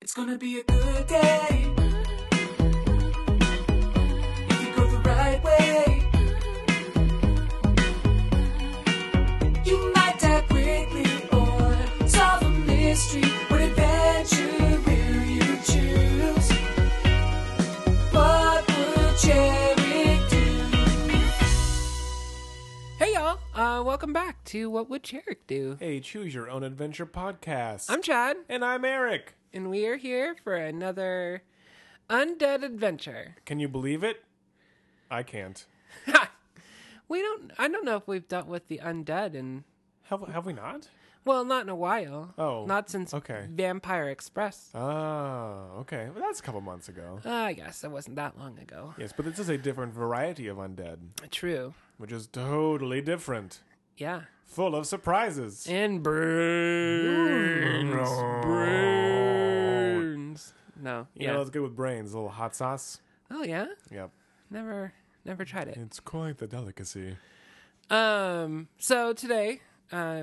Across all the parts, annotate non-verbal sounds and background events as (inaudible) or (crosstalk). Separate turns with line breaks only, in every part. It's gonna be a good day. If you go the right way, you might die quickly or solve a mystery. What adventure will you choose? What would Jerry do?
Hey y'all, uh, welcome back to What Would Cherick Do?
Hey, choose your own adventure podcast.
I'm Chad,
and I'm Eric.
and we are here for another undead adventure.
Can you believe it? I can't.
(laughs) we don't, I don't know if we've dealt with the undead in,
Have have we not?
well, not in a while.
Oh,
Not since
okay.
Vampire Express.
Oh, okay. Well, that's a couple months ago.
Uh, I guess that wasn't that long ago.
Yes, but this is a different variety of undead,
True.
which is totally different,
Yeah.
full of surprises.
And burns. Burns. No.
You
yeah.
know, that's good with brains. A little hot sauce.
oh, yeah?
Yep.
Never, never tried it.
It's quite the delicacy.
Um, so today, uh,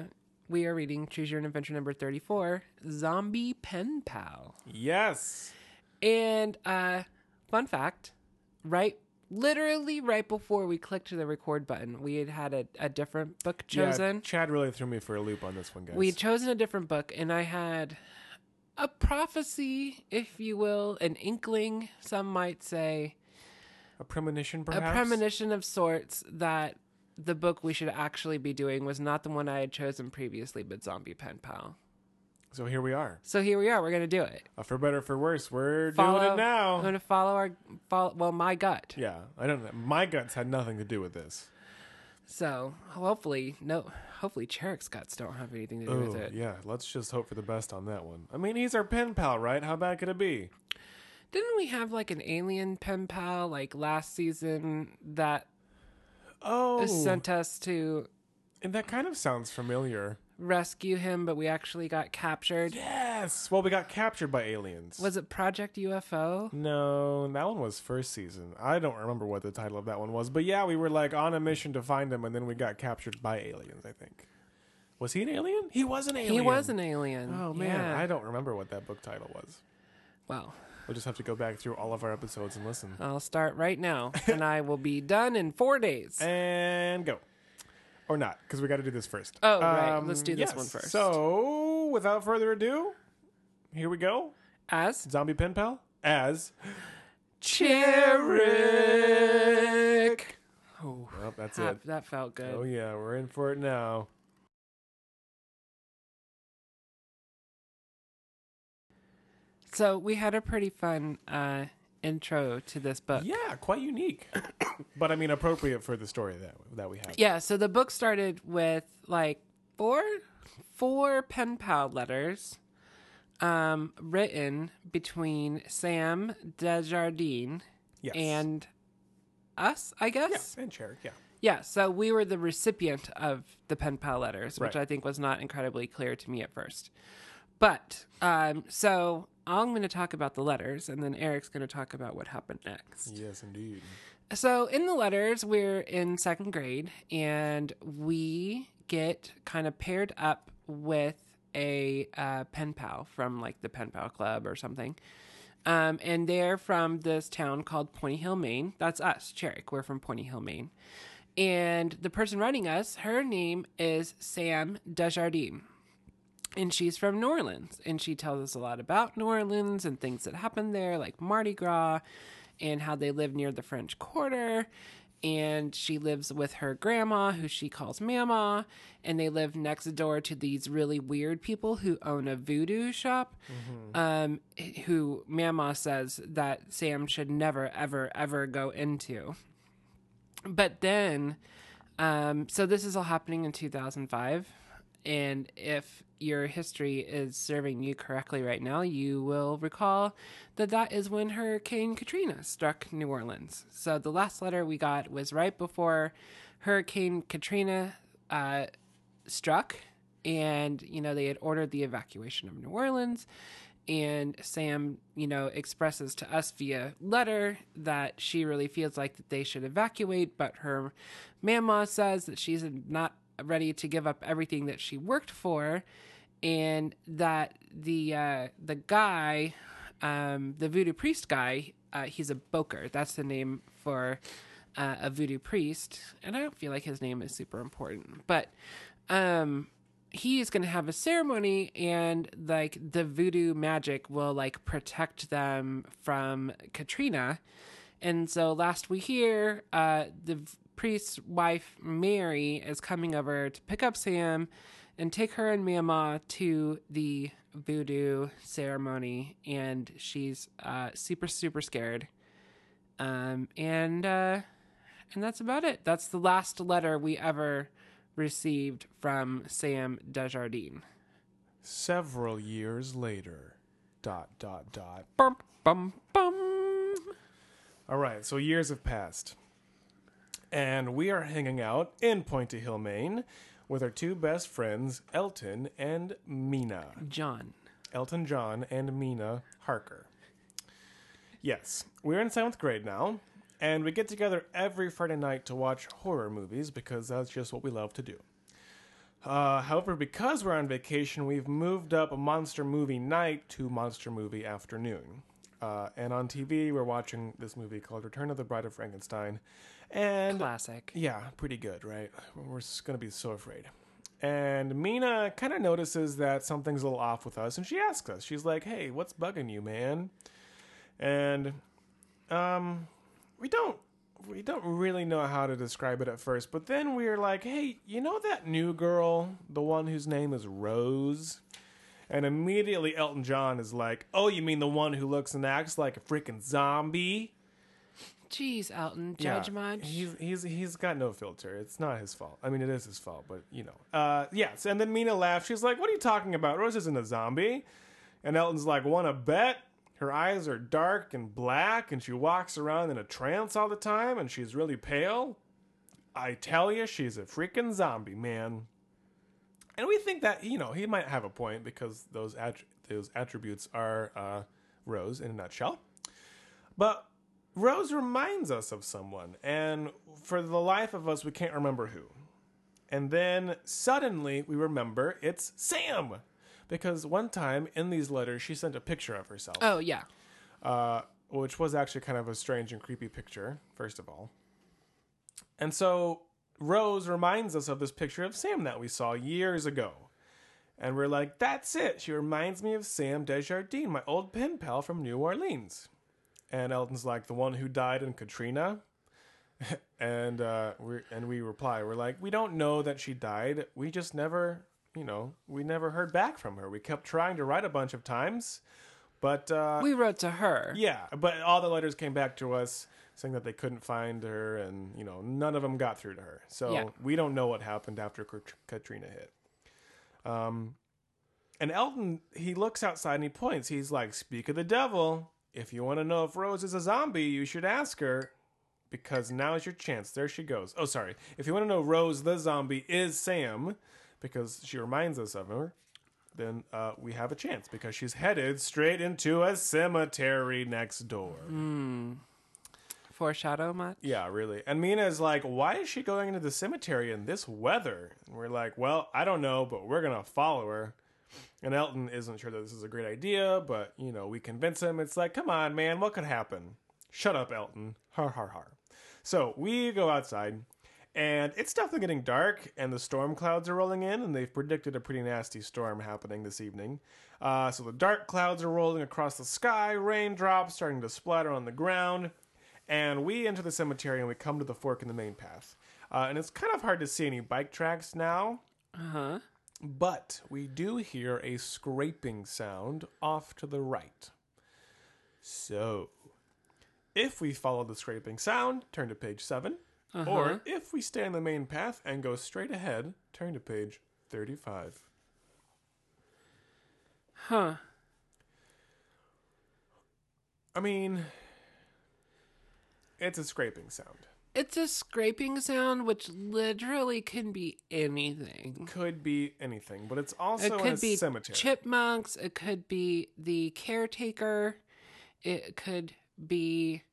we are reading Choose Your Own Adventure number 34, Zombie Pen Pal.
Yes.
And, uh, fun fact, right, literally right before we clicked the record button, we had had a, a different book
Yeah,
chosen.
Chad really threw me for a loop on this one, guys.
we had chosen a different book, and I had a prophecy, if you will, an inkling, some might say,
a premonition,
a
perhaps.
premonition of sorts that the book we should actually be doing was not the one I had chosen previously, but Zombie Pen Pal.
So here we are.
So here we are. We're gonna do it.
Uh, for better, or for worse, we're doing
Follow-
it now.
(laughs) I'm gonna follow our follow, well my gut.
Yeah, I don't know. My guts had nothing to do with this.
So hopefully no, hopefully Cherrick's guts don't have anything to do with
Oh,
it.
yeah, let's just hope for the best on that one. I mean, he's our pen pal, right? How bad could it be?
Didn't we have like an alien pen pal like last season that
Oh,
sent us to
and that kind of sounds familiar.
rescue him, but we actually got captured?
Yes. Well, we got captured by aliens.
Was it Project UFO?
no, that one was first season. I don't remember what the title of that one was, but yeah, we were like on a mission to find him, and then we got captured by aliens. I think. Was he an alien? He was an alien.
He was an alien.
Oh man,
Yeah.
I don't remember what that book title was.
Well,
We'll just have to go back through all of our episodes and listen.
I'll start right now, and I will be done in four days.
(laughs) And go. Or not, because we got to do this first. Um,
Oh, right. Let's do this one first.
So, without further ado, here we go.
As
Zombie Pen Pal as.
Cherick. Oh,
Well, that's it.
that, that felt good.
Oh, yeah, we're in for it now.
So we had a pretty fun uh, intro to this book.
Yeah,
(coughs)
quite unique. but I mean, appropriate for the story that, that we have.
Yeah, so the book started with like four four pen pal letters um, written between Sam Desjardins
Yes.
and us, I guess.
Yeah, and Cherrick, yeah.
Yeah, so we were the recipient of the pen pal letters, which
Right.
I think was not incredibly clear to me at first. But um, so I'm going to talk about the letters, and then Eric's going to talk about what happened next.
Yes, indeed.
So in the letters, we're in second grade, and we get kind of paired up with a uh, pen pal from like the pen pal club or something. Um, and they're from this town called Pointy Hill, Maine. That's us, Cherrick. We're from Pointy Hill, Maine. And the person running us, her name is Sam Desjardins. And she's from New Orleans. And she tells us a lot about New Orleans and things that happened there, like Mardi Gras and how they live near the French Quarter. And she lives with her grandma, who she calls Mama. And they live next door to these really weird people who own a voodoo shop, um, who Mama says that Sam should never, ever, ever go into. But then, um, so this is all happening in 2005. And if your history is serving you correctly right now, you will recall that that is when Hurricane Katrina struck New Orleans. So the last letter we got was right before Hurricane Katrina uh, struck. And, you know, they had ordered the evacuation of New Orleans. And Sam, you know, expresses to us via letter that she really feels like that they should evacuate, but her mama says that she's not ready to give up everything that she worked for, and that the uh, the guy um, the voodoo priest guy, uh, he's a boker. That's the name for uh, a voodoo priest. And I don't feel like his name is super important, but um, he is going to have a ceremony, and like the voodoo magic will like protect them from Katrina. And so last we hear, uh, the v- priest's wife, Mary, is coming over to pick up Sam and take her and Mama to the voodoo ceremony. And she's uh, super, super scared. Um, and, uh, and that's about it. That's the last letter we ever received from Sam Desjardins.
Several years later. Dot, dot, dot.
Bum, bum, bum.
All right, so years have passed. And we are hanging out in Pointy Hill, Maine, with our two best friends, Elton and Mina.
John.
Elton John and Mina Harker. Yes, we're in seventh grade now, and we get together every Friday night to watch horror movies because that's just what we love to do. Uh, however, because we're on vacation, we've moved up a monster movie night to monster movie afternoon. Uh, and on TV, we're watching this movie called Return of the Bride of Frankenstein. And
Classic.
yeah, pretty good, right? We're just going to be so afraid. And Mina kind of notices that something's a little off with us, and she asks us. She's like, "Hey, what's bugging you, man?" And um, we don't we don't really know how to describe it at first, but then we're like, "Hey, you know that new girl, the one whose name is Rose?" And immediately Elton John is like, "Oh, you mean the one who looks and acts like a freaking zombie?"
Jeez, Elton.
Yeah,
Judge much?
He's he's he's got no filter. It's not his fault. I mean, it is his fault, but you know. Uh, yes, and then Mina laughs. She's like, "What are you talking about? Rose isn't a zombie." And Elton's like, "Wanna bet?" Her eyes are dark and black, and she walks around in a trance all the time, and she's really pale. I tell you, she's a freaking zombie, man. And we think that you know he might have a point because those att- those attributes are uh, Rose in a nutshell. But Rose reminds us of someone, and for the life of us, we can't remember who. And then suddenly we remember it's Sam! Because one time in these letters, she sent a picture of herself,
Oh, yeah.
uh, which was actually kind of a strange and creepy picture, first of all. And so Rose reminds us of this picture of Sam that we saw years ago. And we're like, that's it. She reminds me of Sam Desjardins, my old pen pal from New Orleans. And Elton's like, the one who died in Katrina. (laughs) and uh, we and we reply, we're like, we don't know that she died. We just never, you know, we never heard back from her. We kept trying to write a bunch of times, but uh,
We wrote to her.
yeah, but all the letters came back to us saying that they couldn't find her, and you know none of them got through to her. So
Yeah.
we don't know what happened after Kat- Katrina hit. Um, and Elton he looks outside and he points. He's like, "Speak of the devil. If you want to know if Rose is a zombie, you should ask her." Because now is your chance. There she goes. Oh, sorry. If you want to know, Rose the zombie is Sam, because she reminds us of her then uh, we have a chance because she's headed straight into a cemetery next door.
Foreshadow much?
Yeah, really. And Mina's like, why is she going into the cemetery in this weather? And we're like, well, I don't know, but we're going to follow her. And Elton isn't sure that this is a great idea, but, you know, we convince him. It's like, come on, man, what could happen? Shut up, Elton. Har, har, har. So we go outside, and it's definitely getting dark, and the storm clouds are rolling in, and they've predicted a pretty nasty storm happening this evening. Uh, so the dark clouds are rolling across the sky, raindrops starting to splatter on the ground, and we enter the cemetery and we come to the fork in the main path. Uh, and it's kind of hard to see any bike tracks now,
Uh huh.
but we do hear a scraping sound off to the right. So, if we follow the scraping sound, turn to page 7.
Uh-huh.
Or if we stay on the main path and go straight ahead, turn to page 35.
Huh.
I mean, it's a scraping sound.
It's a scraping sound, which literally can be anything.
Could be anything, but it's also
it
in a
could be
cemetery.
chipmunks. It could be the caretaker. It could be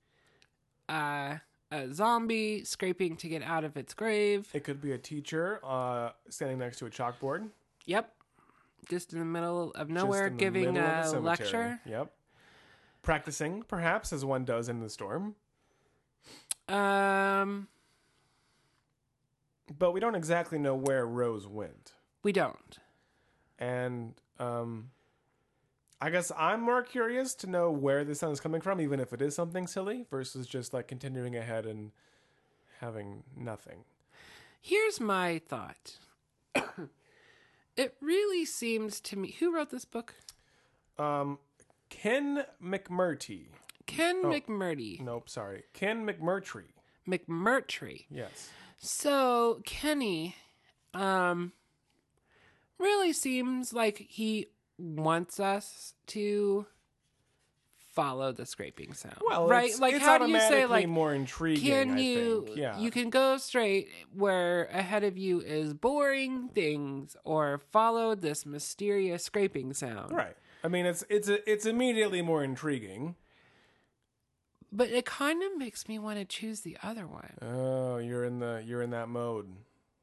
uh, a zombie scraping to get out of its grave.
It could be a teacher uh, standing next to a chalkboard.
Yep. Just in the middle of
just
nowhere
in the
giving
middle of
a
cemetery.
lecture.
Yep. Practicing, perhaps, as one does in the storm.
Um,
But we don't exactly know where Rose went.
we don't.
And um, I guess I'm more curious to know where this sound is coming from, even if it is something silly, versus just like continuing ahead and having nothing.
Here's my thought. it really seems to me. Who wrote this book?
Um, Ken McMurty.
Ken
Oh.
McMurtry.
Nope, sorry. Ken McMurtry.
McMurtry.
Yes.
So Kenny, um, really seems like he wants us to follow the scraping sound. right?
it's-
like
it's
how do you say
automatically
like
more intriguing?
can
I
you
think. Yeah.
you can go straight where ahead of you is boring things or follow this mysterious scraping sound.
Right. I mean, it's it's a, it's immediately more intriguing.
But it kind of makes me want to choose the other one.
Oh, you're in the you're in that mode.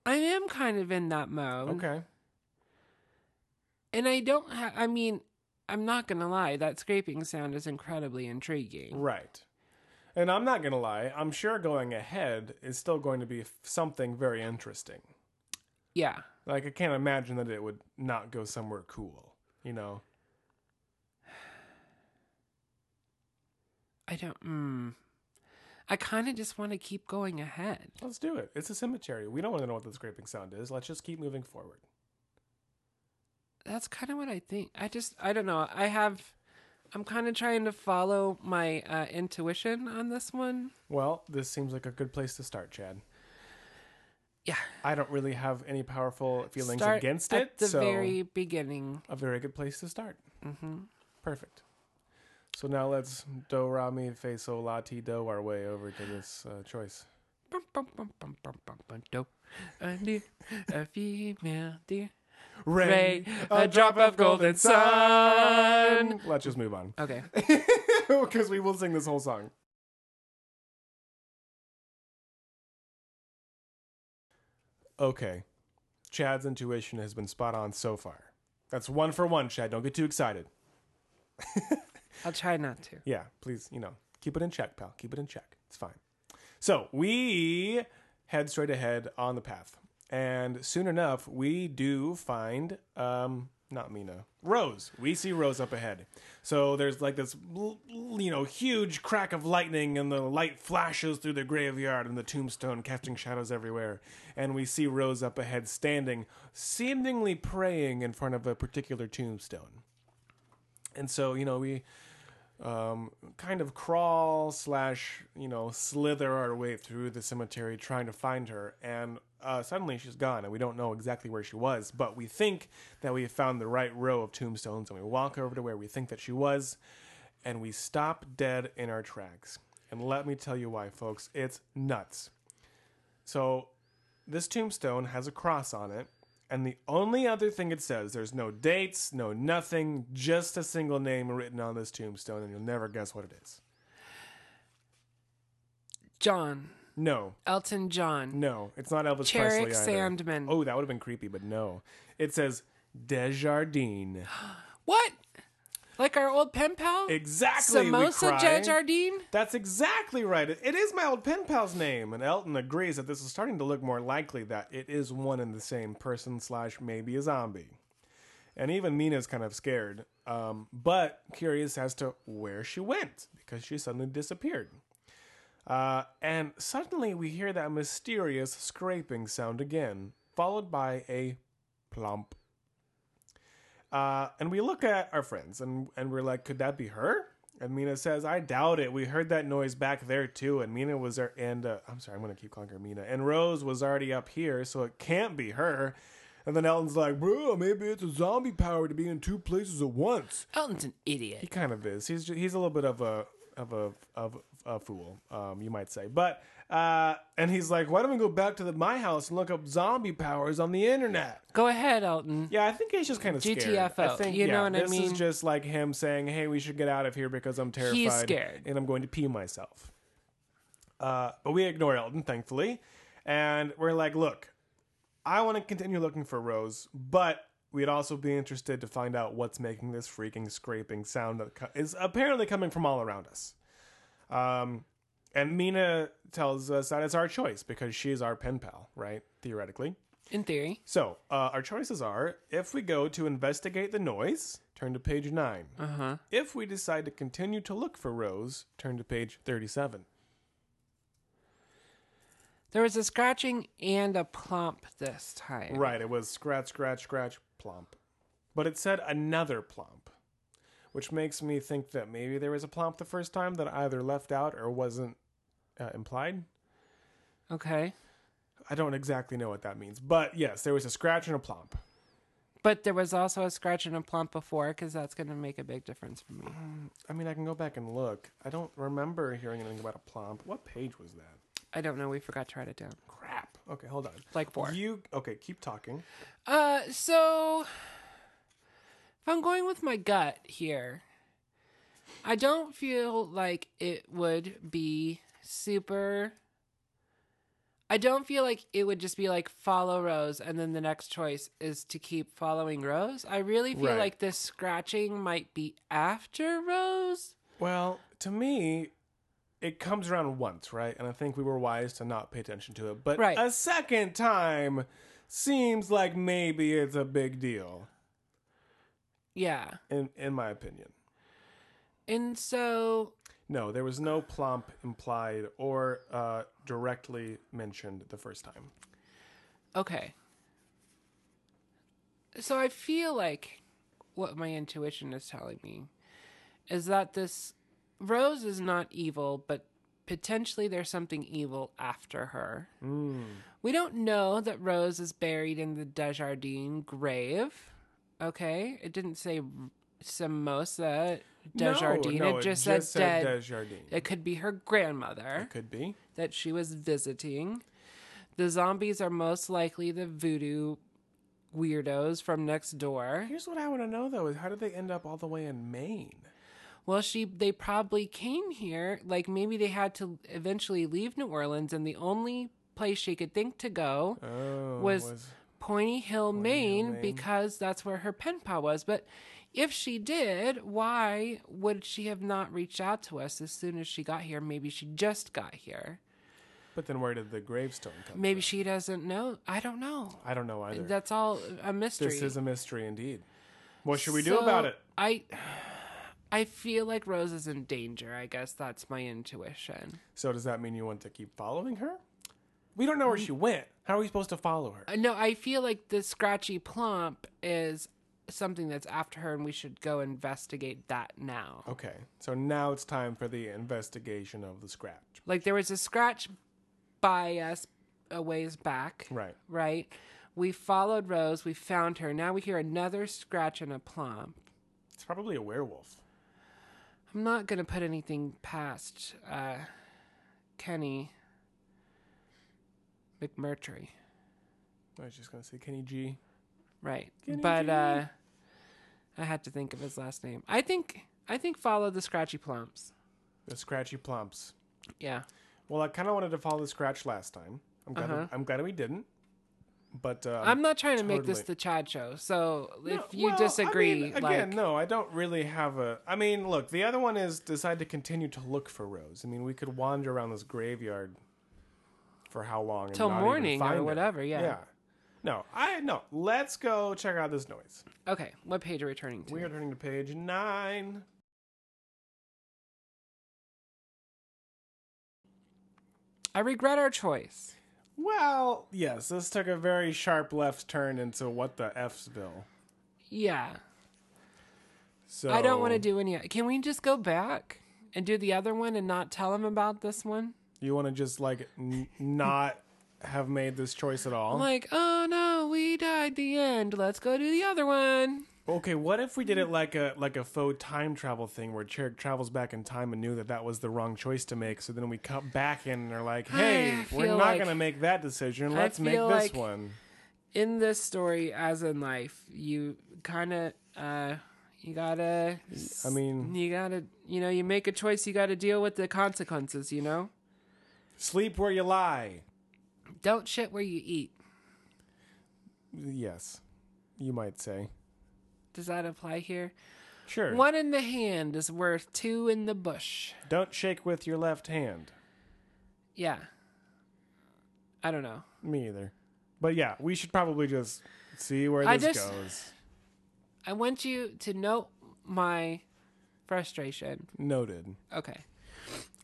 I am kind of in that mode.
Okay.
And I don't have, I mean, I'm not going to lie, that scraping sound is incredibly intriguing.
Right. And I'm not gonna lie. I'm sure going ahead is still going to be f- something very interesting.
Yeah.
Like I can't imagine that it would not go somewhere cool. You know.
I don't, mm, I kind of just want to keep going ahead.
Let's do it. It's a cemetery. We don't want to know what the scraping sound is. Let's just keep moving forward.
That's kind of what I think. I just, I don't know. I have, I'm kind of trying to follow my uh, intuition on this one.
Well, this seems like a good place to start, Chad.
Yeah.
I don't really have any powerful feelings
Start
against
at
it.
the
so
very beginning.
a very good place to start. Mm-hmm. Perfect. So now let's do ra mi fe sol la ti do our way over to this uh, choice.
Bum, bum, bum, bum, bum, bum, bum, dope. A deer, a female deer. Ray, a drop of golden sun.
Let's just
(laughs)
move on
Okay.
because we will sing this whole song. Okay, Chad's intuition has been spot on so far. That's one for one, Chad. Don't get too excited.
I'll try not to.
Yeah, please, you know, keep it in check, pal. Keep it in check. It's fine. So we head straight ahead on the path. And soon enough, we do find, um, not Mina, Rose. We see Rose up ahead. So there's like this, l- l- you know, huge crack of lightning, and the light flashes through the graveyard and the tombstone, casting shadows everywhere. And we see Rose up ahead standing, seemingly praying in front of a particular tombstone. And so, you know, we um, kind of crawl slash you know slither our way through the cemetery trying to find her and uh, suddenly she's gone and we don't know exactly where she was but we think that we have found the right row of tombstones and we walk over to where we think that she was and we stop dead in our tracks and let me tell you why folks it's nuts so this tombstone has a cross on it and the only other thing it says there's no dates no nothing just a single name written on this tombstone and you'll never guess what it is
John.
no
Elton John.
No, it's not Elvis
Cherick
Presley either.
Sandman.
Oh, that would have been creepy, but no. It says Desjardins.
What? Like our old pen pal?
Exactly. we
Samosa
cry.
Jajardine?
That's exactly right. It, it is my old pen pal's name, and Elton agrees that this is starting to look more likely that it is one and the same person slash maybe a zombie. And even Mina's kind of scared, um, but curious as to where she went because she suddenly disappeared. Uh, and suddenly we hear that mysterious scraping sound again, followed by a plump. Uh, and we look at our friends and, and we're like, could that be her? And Mina says, I doubt it. We heard that noise back there too. And Mina was there. And uh, I'm sorry, I'm going to keep calling her Mina. And Rose was already up here, so it can't be her. And then Elton's like, bro, maybe it's a zombie power to be in two places at once.
Elton's an
He
idiot.
kind of is. He's ju- he's a little bit of a of a of a fool, um, you might say. But uh, and he's like, why don't we go back to the, my house and look up zombie powers on the internet?
Go ahead, Elton.
Yeah, I think he's just kind of scared. I
GTFO,
think,
you
yeah,
know what I
this
mean?
is just like him saying, "Hey, we should get out of here because I'm terrified
scared.
and I'm going to pee myself." Uh, but we ignore Elton, thankfully, and we're like, "Look, I want to continue looking for Rose, but We'd also be interested to find out what's making this freaking scraping sound that co- is apparently coming from all around us. Um, and Mina tells us that it's our choice because she's our pen pal, right? Theoretically.
In theory.
So, uh, our choices are if we go to investigate the noise, turn to page 9.
Uh huh.
If we decide to continue to look for Rose, turn to page 37.
There was a scratching and a plump this time.
Right, it was scratch, scratch, scratch, plomp. But it said another plomp, which makes me think that maybe there was a plomp the first time that I either left out or wasn't uh, implied.
Okay.
I don't exactly know what that means, but yes, there was a scratch and a plomp.
But there was also a scratch and a plump before because that's going to make a big difference for me.
I mean, I can go back and look. I don't remember hearing anything about a plomp. What page was that?
I don't know. We forgot to write it down.
Crap. Okay, hold on.
Like four.
You okay? Keep talking.
Uh, so if I'm going with my gut here, I don't feel like it would be super. I don't feel like it would just be like follow Rose and then the next choice is to keep following Rose. I really feel
Right.
like this scratching might be after Rose.
Well, to me, it comes around once, right? And I think we were wise to not pay attention to it. But
Right.
a second time seems like maybe it's a big deal,
Yeah.
in in my opinion.
And so
No, there was no plump implied or uh, directly mentioned the first time.
Okay. So I feel like what my intuition is telling me is that this Rose is not evil, but potentially there's something evil after her. We don't know that Rose is buried in the Desjardins grave. Okay, it didn't say Samosa Desjardins.
No, no,
it just said, dead.
Desjardins.
it could be her grandmother
Could be.
that she was visiting. The zombies are most likely the voodoo weirdos from next door.
Here's what I want to know though: is how did they end up all the way in Maine?
Well, she they probably came here, like maybe they had to eventually leave New Orleans and the only place she could think to go
Oh,
was,
was-
Pointy Hill, Maine,
Maine.
because that's where her pen pal was. But if she did, why would she have not reached out to us as soon as she got here? Maybe she just got here.
but then where did the gravestone come?
Maybe she doesn't know. I don't know.
from? I don't know either.
That's all a mystery.
This is a mystery indeed. What should we do about
So,
it?
I I feel like Rose is in danger. I guess that's my intuition.
So does that mean you want to keep following her? We don't know where she went. How are we supposed to follow her?
Uh, No, I feel like the scratchy plump is something that's after her and we should go investigate that now.
Okay, so now it's time for the investigation of the scratch.
Like there was a scratch by us a ways back.
Right.
Right? We followed Rose, we found her. Now we hear another scratch and a plump.
It's probably a werewolf.
I'm not gonna put anything past uh, Kenny McMurtry,
I was just gonna say Kenny G.
right?
Kenny
but
G.
uh, I had to think of his last name. I think I think follow the Scratchy Plumps.
The scratchy plumps.
Yeah,
Well, I kind of wanted to follow the scratch last time. I'm glad. I'm glad we didn't. But um,
Uh-huh. I'm not trying to make this
totally.
the Chad show. So if
No,
you
well, I
disagree,
mean, again,
like
no, I don't really have a. I mean, look, the other one is decide to continue to look for Rose. I mean, we could wander around this graveyard for how long and
Till
not even
morning or
find her.
whatever, yeah.
No, I no. Let's go check out this noise.
okay, what page are we turning to?
We are turning to page nine.
I regret our choice.
Well, yes, this took a very sharp left turn into what the F'sville.
Yeah,
So
I don't want to do any. Can we just go back and do the other one and not tell him about this one?
You want to just like n- not have made this choice at all?
like, oh no, we died. The end. Let's go do the other one.
Okay, what if we did it like a like a faux time travel thing where Cherrick travels back in time and knew that that was the wrong choice to make, so then we cut back in and are like, "Hey,
I
we're
feel
not
like-
gonna make that decision. Let's make this
feel like-
one."
In this story, as in life, you kind of, uh, you gotta,
I mean,
you gotta, you know, you make a choice, you gotta deal with the consequences. You know,
sleep where you lie.
don't shit where you eat.
Yes, you might say.
Does that apply here?
Sure.
One in the hand is worth two in the bush.
Don't shake with your left hand.
Yeah. I don't know.
Me either. But yeah, we should probably just see where
I
this
just-
goes.
I want you to note my frustration.
Noted.
Okay.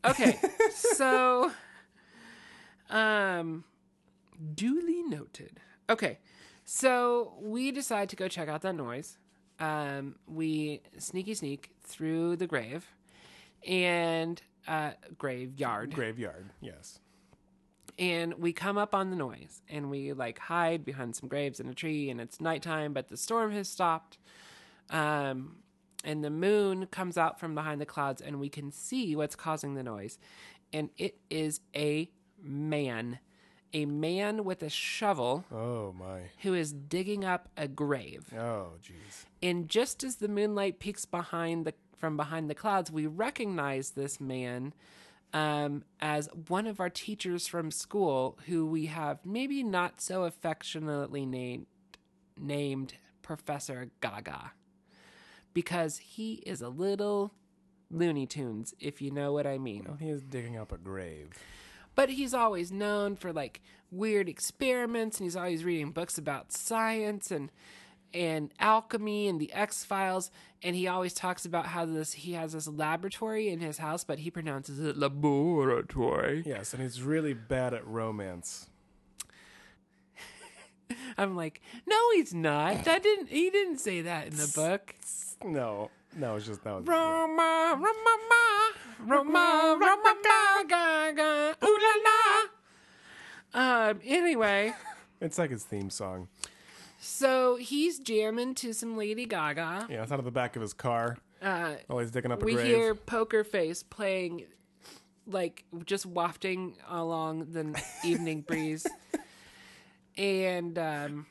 Okay. so um duly noted. Okay. So we decide to go check out that noise. Um we sneaky sneak through the grave and uh graveyard.
Graveyard. Yes.
and we come up on the noise and we like hide behind some graves in a tree and it's nighttime but the storm has stopped um and the moon comes out from behind the clouds and we can see what's causing the noise and it is a man a man with a shovel
Oh my.
who is digging up a grave
Oh jeez.
and just as the moonlight peeks behind the from behind the clouds, we recognize this man um, as one of our teachers from school, who we have maybe not so affectionately named named Professor Gaga, because he is a little Looney Tunes, if you know what I mean.
He is digging up a grave.
But he's always known for like weird experiments and he's always reading books about science and and alchemy and the X Files and he always talks about how this he has this laboratory in his house but he pronounces it laboratory.
Yes, and he's really bad at romance.
I'm like, "No, he's not. That didn't he didn't say that in the book."
No, no, it's just that was
Roma, Roma, ma, Roma, Roma, ga, ga, ga, ooh la la. Um, anyway,
It's like his theme song.
so he's jamming to some Lady Gaga.
Yeah, it's out of the back of his car.
Uh,
Always digging up a
we
grave.
hear Poker Face playing, like just wafting along the evening breeze. And um,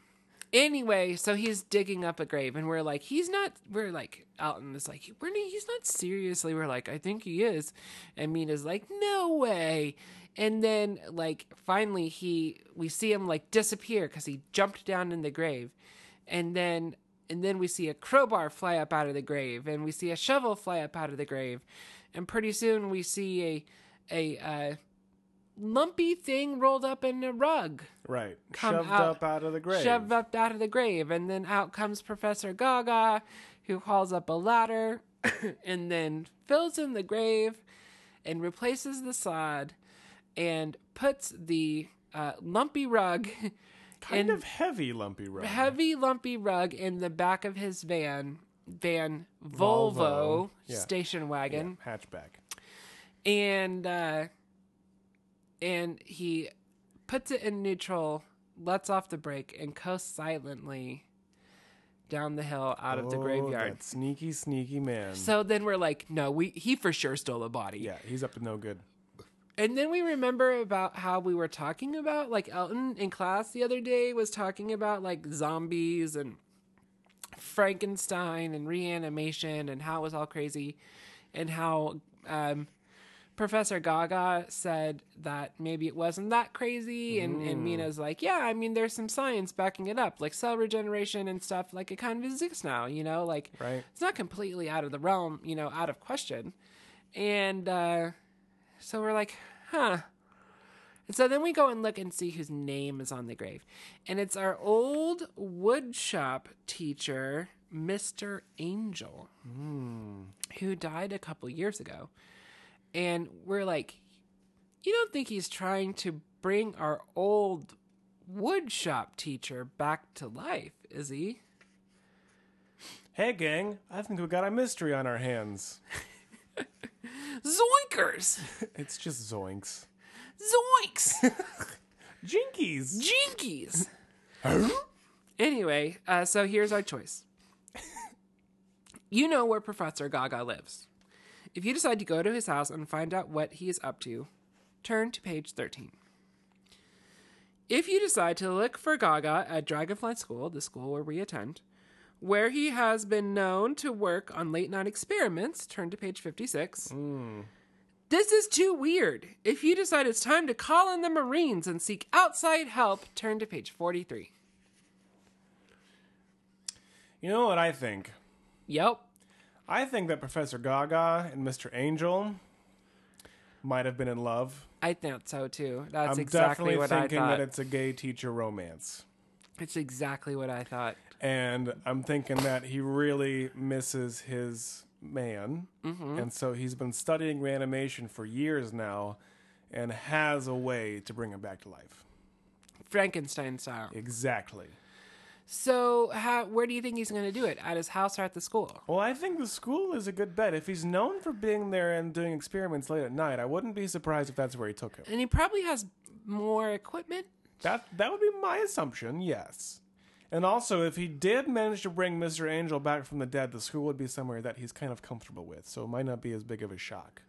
anyway, so he's digging up a grave, and we're like, he's not. We're like, Alton is like, we're, he's not seriously. We're like, I think he is, and Mina's like, no way. And then like finally he, we see him like disappear because he jumped down in the grave, and then and then we see a crowbar fly up out of the grave, and we see a shovel fly up out of the grave, and pretty soon we see a a uh, lumpy thing rolled up in a rug
right.
come
Shoved
out-
up out of the grave.
shoved up out of the grave. And then out comes Professor Gaga, who hauls up a ladder (coughs) and then fills in the grave and replaces the sod and puts the uh, lumpy rug, (laughs)
kind of heavy lumpy rug.
heavy lumpy rug, in the back of his van, van Volvo,
Volvo. Yeah.
station wagon
Yeah, hatchback.
and uh and he puts it in neutral lets off the brake and coasts silently down the hill out of the
Oh,
graveyard
that sneaky, sneaky man.
so then we're like no we he for sure stole a body
yeah, he's up to no good.
and then we remember about how we were talking about like elton in class the other day was talking about like zombies and frankenstein and reanimation and how it was all crazy and how um, professor gaga said that maybe it wasn't that crazy and, and mina's like yeah i mean there's some science backing it up like cell regeneration and stuff like it kind of exists now you know like
Right.
it's not completely out of the realm you know out of question and uh so we're like, huh. And so then we go and look and see whose name is on the grave. And it's our old woodshop teacher, Mr. Angel, who died a couple years ago. And we're like, you don't think he's trying to bring our old woodshop teacher back to life, is he?
Hey, gang, I think we got a mystery on our hands.
Zoinkers!
It's just zoinks.
Zoinks!
Jinkies!
Jinkies. anyway, uh, so here's our choice. you know where Professor Gaga lives. If you decide to go to his house and find out what he is up to, turn to page 13. If you decide to look for Gaga at Dragonfly School, the school where we attend, where he has been known to work on late night experiments, turn to page 56. This is too weird. If you decide it's time to call in the Marines and seek outside help, turn to page 43.
You know what I think?
Yep.
I think that Professor Gaga and Mr. Angel might have been in love.
I think so too. That's
I'm
exactly
definitely
what I
thinking
thought.
that it's a gay teacher romance.
it's exactly what I thought.
And I'm thinking that he really misses his man.
Mm-hmm.
And so he's been studying reanimation for years now and has a way to bring him back to life.
Frankenstein style.
Exactly.
So, how, where do you think he's going to do it? At his house or at the school?
Well, I think the school is a good bet. If he's known for being there and doing experiments late at night, I wouldn't be surprised if that's where he took him.
And he probably has more equipment.
That that would be my assumption, yes. And also, if he did manage to bring Mr. Angel back from the dead, the school would be somewhere that he's kind of comfortable with, so it might not be as big of a shock.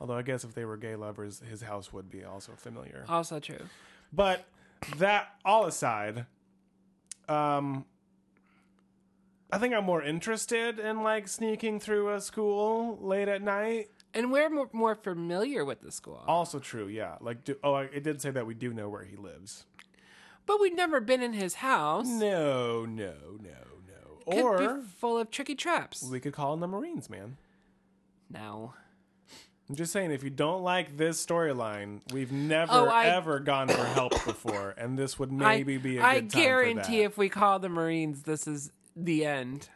Although I guess if they were gay lovers, his house would be also familiar.
Also true.
But that all aside, um, I think I'm more interested in like sneaking through a school late at night.
And we're more, more familiar with the school,
Also true, yeah. Like, do, oh, I- it did say that we do know where he lives.
but we've never been in his house.
No, no, no, no.
Could
or
be full of tricky traps.
We could call in the Marines, man.
no.
I'm just saying, if you don't like this storyline, we've never
Oh, I-
ever gone for help before, and this would
I-
maybe be a good
I
time
guarantee
for that.
if we call the Marines, this is the end.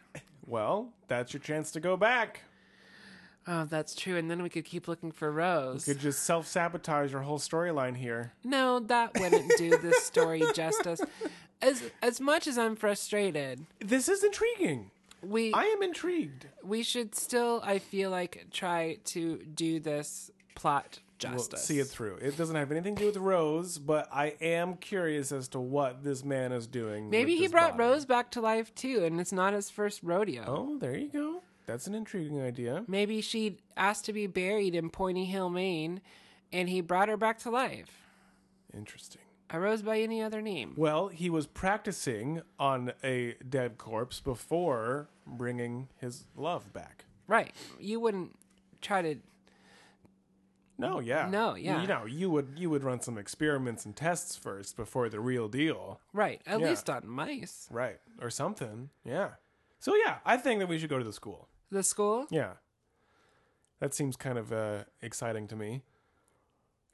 Well, that's your chance to go back.
Oh, that's true. And then we could keep looking for Rose.
You could just self sabotage your whole storyline here.
No, that wouldn't do this (laughs) story justice. As as much as I'm frustrated,
This is intriguing.
we
I am intrigued.
we should still, I feel like, try to do this plot
We'll
justice.
see it through. It doesn't have anything to do with Rose, but I am curious as to what this man is doing.
Maybe
with
he
his
brought
body.
Rose back to life too, and it's not his first rodeo.
Oh, there you go. That's an intriguing idea.
Maybe she asked to be buried in Pointy Hill, Maine, and he brought her back to life.
Interesting.
A rose by any other name.
Well, he was practicing on a dead corpse before bringing his love back.
Right. You wouldn't try to.
No, yeah,
No, yeah.
You know, you would you would run some experiments and tests first before the real deal,
Right. At
Yeah.
least on mice.
right, or something. Yeah. So yeah, I think that we should go to the school.
The school?
Yeah, that seems kind of uh, exciting to me.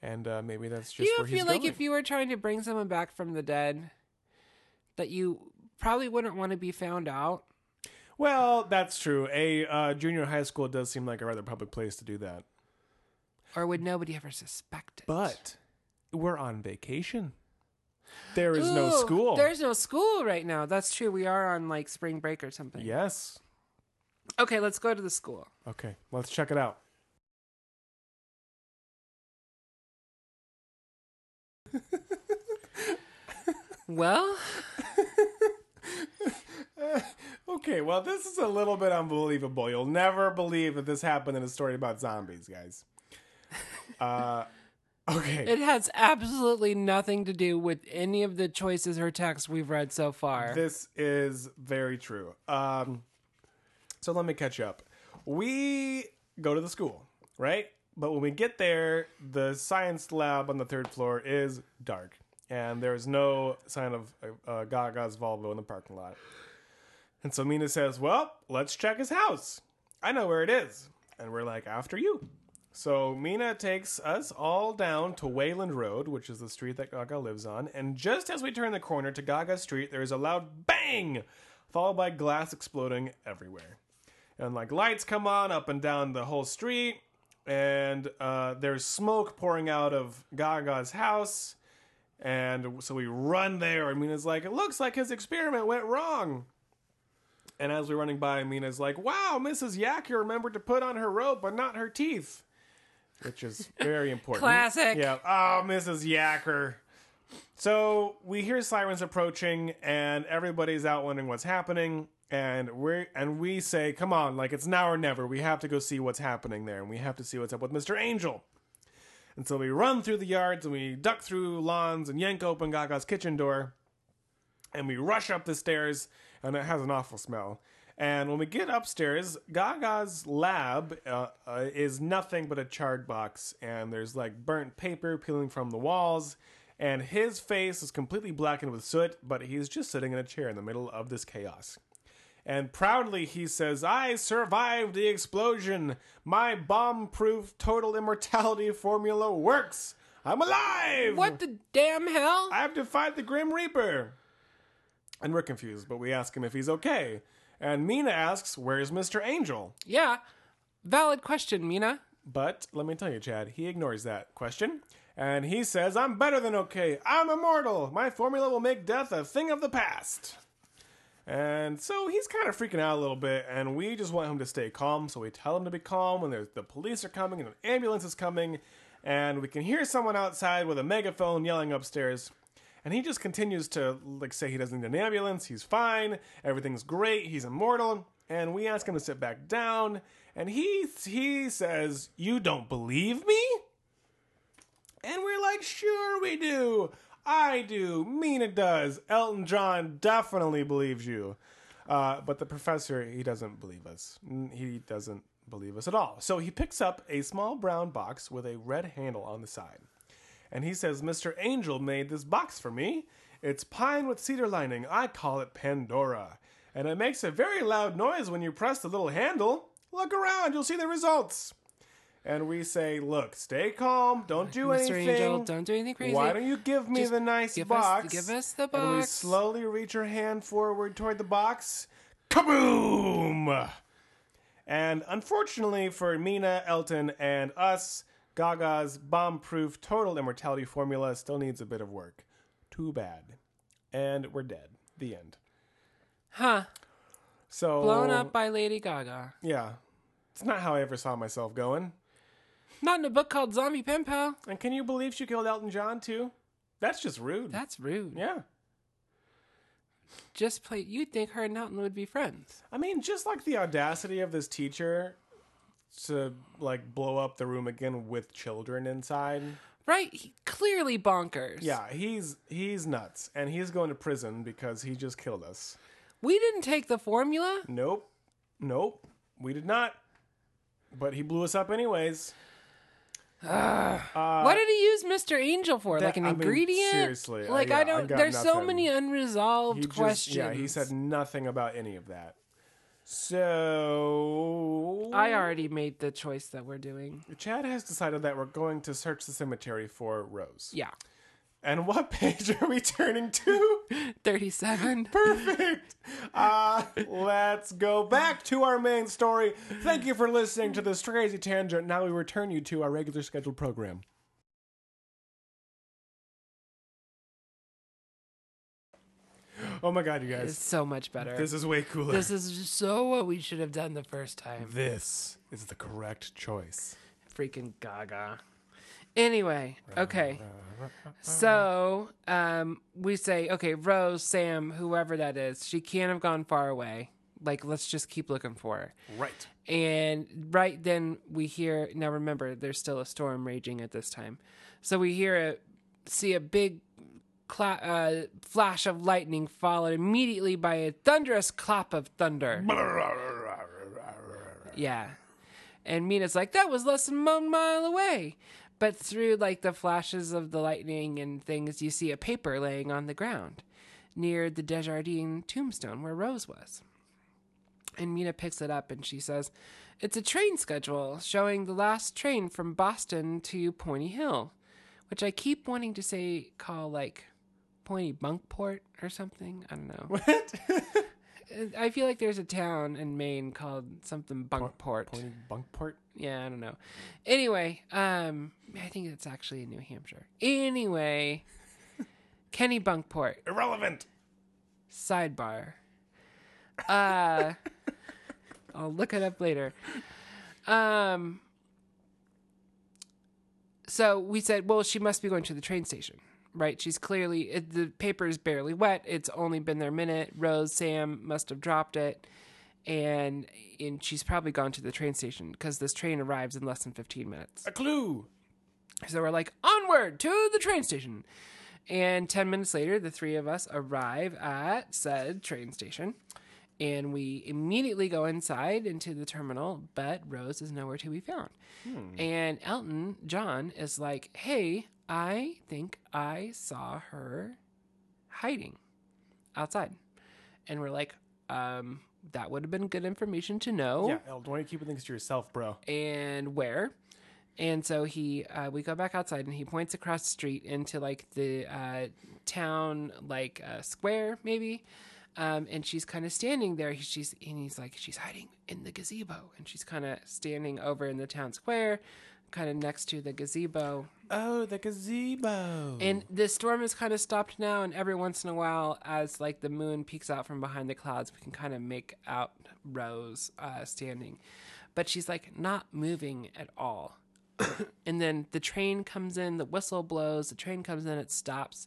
And uh, maybe that's just
Do you
where
don't
he's
feel like
going.
if you were trying to bring someone back from the dead, that you probably wouldn't want to be found out?
Well, that's true. A uh, junior high school does seem like a rather public place to do that.
Or would nobody ever suspect it?
But we're on vacation. There is no
Ooh,
school.
There's no school right now. That's true. We are on like spring break or something.
yes.
Okay, let's go to the school.
Okay, let's check it out.
Well,
Okay, well, this is a little bit unbelievable. You'll never believe that this happened in a story about zombies,
(laughs)
guys. Uh, okay.
it has absolutely nothing to do with any of the choices or texts we've read so far.
This is very true. Um, so let me catch up. We go to the school, right? But when we get there, the science lab on the third floor is dark, and there is no sign of uh, uh, Gaga's Volvo in the parking lot. And so Mina says, Well, let's check his house. I know where it is. And we're like, After you. So Mina takes us all down to Wayland Road, which is the street that Gaga lives on. And just as we turn the corner to Gaga Street, there is a loud bang, followed by glass exploding everywhere. And like lights come on up and down the whole street. And uh, there's smoke pouring out of Gaga's house. And so we run there. And Mina's like, It looks like his experiment went wrong. And as we're running by, Mina's like, "Wow, Mrs. Yak, you remembered to put on her robe, but not her teeth," which is very important.
Classic.
Yeah. Oh, Mrs. Yacker. So we hear sirens approaching, and everybody's out wondering what's happening. And we and we say, "Come on, like it's now or never. We have to go see what's happening there, and we have to see what's up with Mr. Angel." And so we run through the yards and we duck through lawns and yank open Gaga's kitchen door and we rush up the stairs and it has an awful smell and when we get upstairs gaga's lab uh, uh, is nothing but a charred box and there's like burnt paper peeling from the walls and his face is completely blackened with soot but he's just sitting in a chair in the middle of this chaos And proudly he says, I survived the explosion. My bomb proof total immortality formula works. I'm alive.
What the damn hell?
I have defied the Grim Reaper. And we're confused, but we ask him if he's okay. And Mina asks, Where's Mr. Angel?
yeah. Valid question, Mina.
But let me tell you, Chad, he ignores that question. And he says, I'm better than okay. I'm immortal. My formula will make death a thing of the past. And so he's kind of freaking out a little bit, and we just want him to stay calm. So we tell him to be calm when there's, the police are coming and an ambulance is coming, and we can hear someone outside with a megaphone yelling upstairs. And he just continues to like say he doesn't need an ambulance. He's fine. Everything's great. He's immortal. And we ask him to sit back down, and he he says, "You don't believe me." And we're like, sure we do. I do. Mina does. Elton John definitely believes you. Uh, but the professor, he doesn't believe us. N- He doesn't believe us at all. So he picks up a small brown box with a red handle on the side. And he says, Mr. Angel made this box for me. It's pine with cedar lining. I call it Pandora. And it makes a very loud noise when you press the little handle. Look around, you'll see the results. And we say, look, stay calm, don't do
Mr.
anything.
Angel, don't do anything crazy.
Why don't you give me
Just
the nice
give us-
box?
give us the
And we
box.
slowly reach her hand forward toward the box. Kaboom! And unfortunately for Mina, Elton, and us, Gaga's bomb proof total immortality formula still needs a bit of work. Too bad. And we're dead. The end.
Huh.
So.
Blown up by Lady Gaga.
Yeah. It's not how I ever saw myself going.
Not in a book called Zombie Pen Pal.
And can you believe she killed Elton John, too? That's just rude.
That's rude.
yeah.
Just play. You'd think her and Elton would be friends.
I mean, just like the audacity of this teacher to like blow up the room again with children inside.
Right? He- clearly bonkers.
Yeah, he's he's nuts, and he's going to prison because he just killed us.
We didn't take the formula.
Nope, nope, we did not. But he blew us up anyways.
What did he use Mr. Angel for?
Uh, That-
like an
I mean,
ingredient?
seriously, uh,
Like
yeah, I
I don't.
got
there's so
nothing.
many unresolved
He just-
questions.
yeah, he said nothing about any of that. So
I uh, already made the choice that we're doing.
Chad has decided that we're going to search the cemetery for Rose.
Yeah, (laughs)
And what page are we turning to?
thirty-seven.
Perfect. Uh, let's go back to our main story. Thank you for listening to this crazy tangent. Now we return you to our regular scheduled program. Oh my god, you
It's
guys.
so much better.
This is way cooler.
This is just so what we should have done the first time.
This is the correct choice.
Freaking Gaga. Anyway, okay. So um, we say, okay, Rose, Sam, whoever that is, she can't have gone far away. Like, let's just keep looking for her.
Right.
And right then we hear now remember there's still a storm raging at this time. So we hear a see a big cla- uh, flash of lightning followed immediately by a thunderous clap of thunder. Yeah. And Mina's like, that was less than one mile away. But through like the flashes of the lightning and things, you see a paper laying on the ground near the Desjardins tombstone where Rose was. And Mina picks it up and she says, It's a train schedule showing the last train from Boston to Pointy Hill, which I keep wanting to say call like Pointy Bunkport or something. I don't know.
(laughs) What?
I feel like there's a town in Maine called something Bunkport.
Pointy Bunkport?
Yeah, I don't know. Anyway, um, I think it's actually in New Hampshire. Anyway, Kenny Bunkport,
Irrelevant.
sidebar. Uh, I'll look it up later. Um, so we said, well, she must be going to the train station, right? She's clearly, it, the paper is barely wet. It's only been there a minute. Rose, Sam must have dropped it. And, and she's probably gone to the train station because this train arrives in less than 15 minutes.
A clue.
So we're like, onward to the train station. And 10 minutes later, the three of us arrive at said train station. And we immediately go inside into the terminal, but Rose is nowhere to be found. And Elton John is like, hey, I think I saw her hiding outside. And we're like, um, that would have been good information to know.
Yeah, Elton, why are you keeping things to yourself, bro?
and where. And so he, uh, we go back outside, and he points across the street into like the uh, town, like uh, square maybe. Um, and she's kind of standing there. He- She's and he's like, she's hiding in the gazebo, and she's kind of standing over in the town square, kind of next to the gazebo.
Oh, the gazebo.
And the storm has kind of stopped now, and every once in a while, as like the moon peeks out from behind the clouds, we can kind of make out Rose uh, standing, but she's like not moving at all. (coughs) and then the train comes in, the whistle blows, the train comes in, it stops.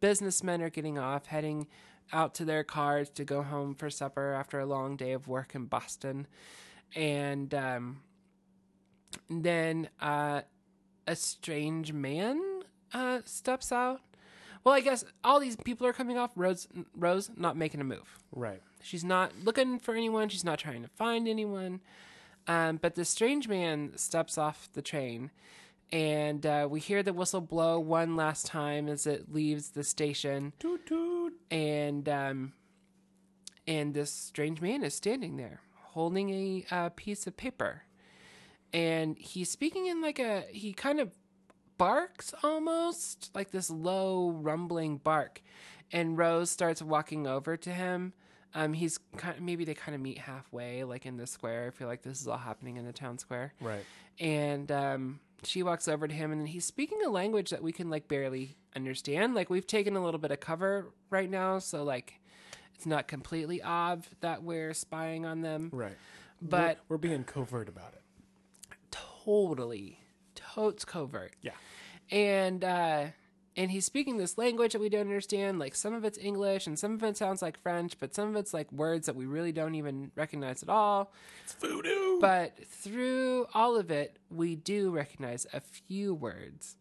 Businessmen are getting off, heading out to their cars to go home for supper after a long day of work in Boston, and um, then. Uh, a strange man uh, steps out. Well, I guess all these people are coming off. Rose, Rose, not making a move.
right.
She's not looking for anyone. She's not trying to find anyone. Um, but the strange man steps off the train, and uh, we hear the whistle blow one last time as it leaves the station
Toot toot.
and um, and this strange man is standing there holding a uh, piece of paper, and he's speaking in like a he kind of barks almost like this low rumbling bark, and Rose starts walking over to him. Um, he's kind of, maybe they kind of meet halfway, like in the square. I feel like this is all happening in the town square
Right.
and um, she walks over to him and he's speaking a language that we can like barely understand like we've taken a little bit of cover right now so like it's not completely ob that we're spying on them
Right.
but
We're being covert about it.
totally totes covert
Yeah.
and uh and he's speaking this language that we don't understand like some of it's english and some of it sounds like french but some of it's like words that we really don't even recognize at all
It's voodoo.
But through all of it, we do recognize a few words,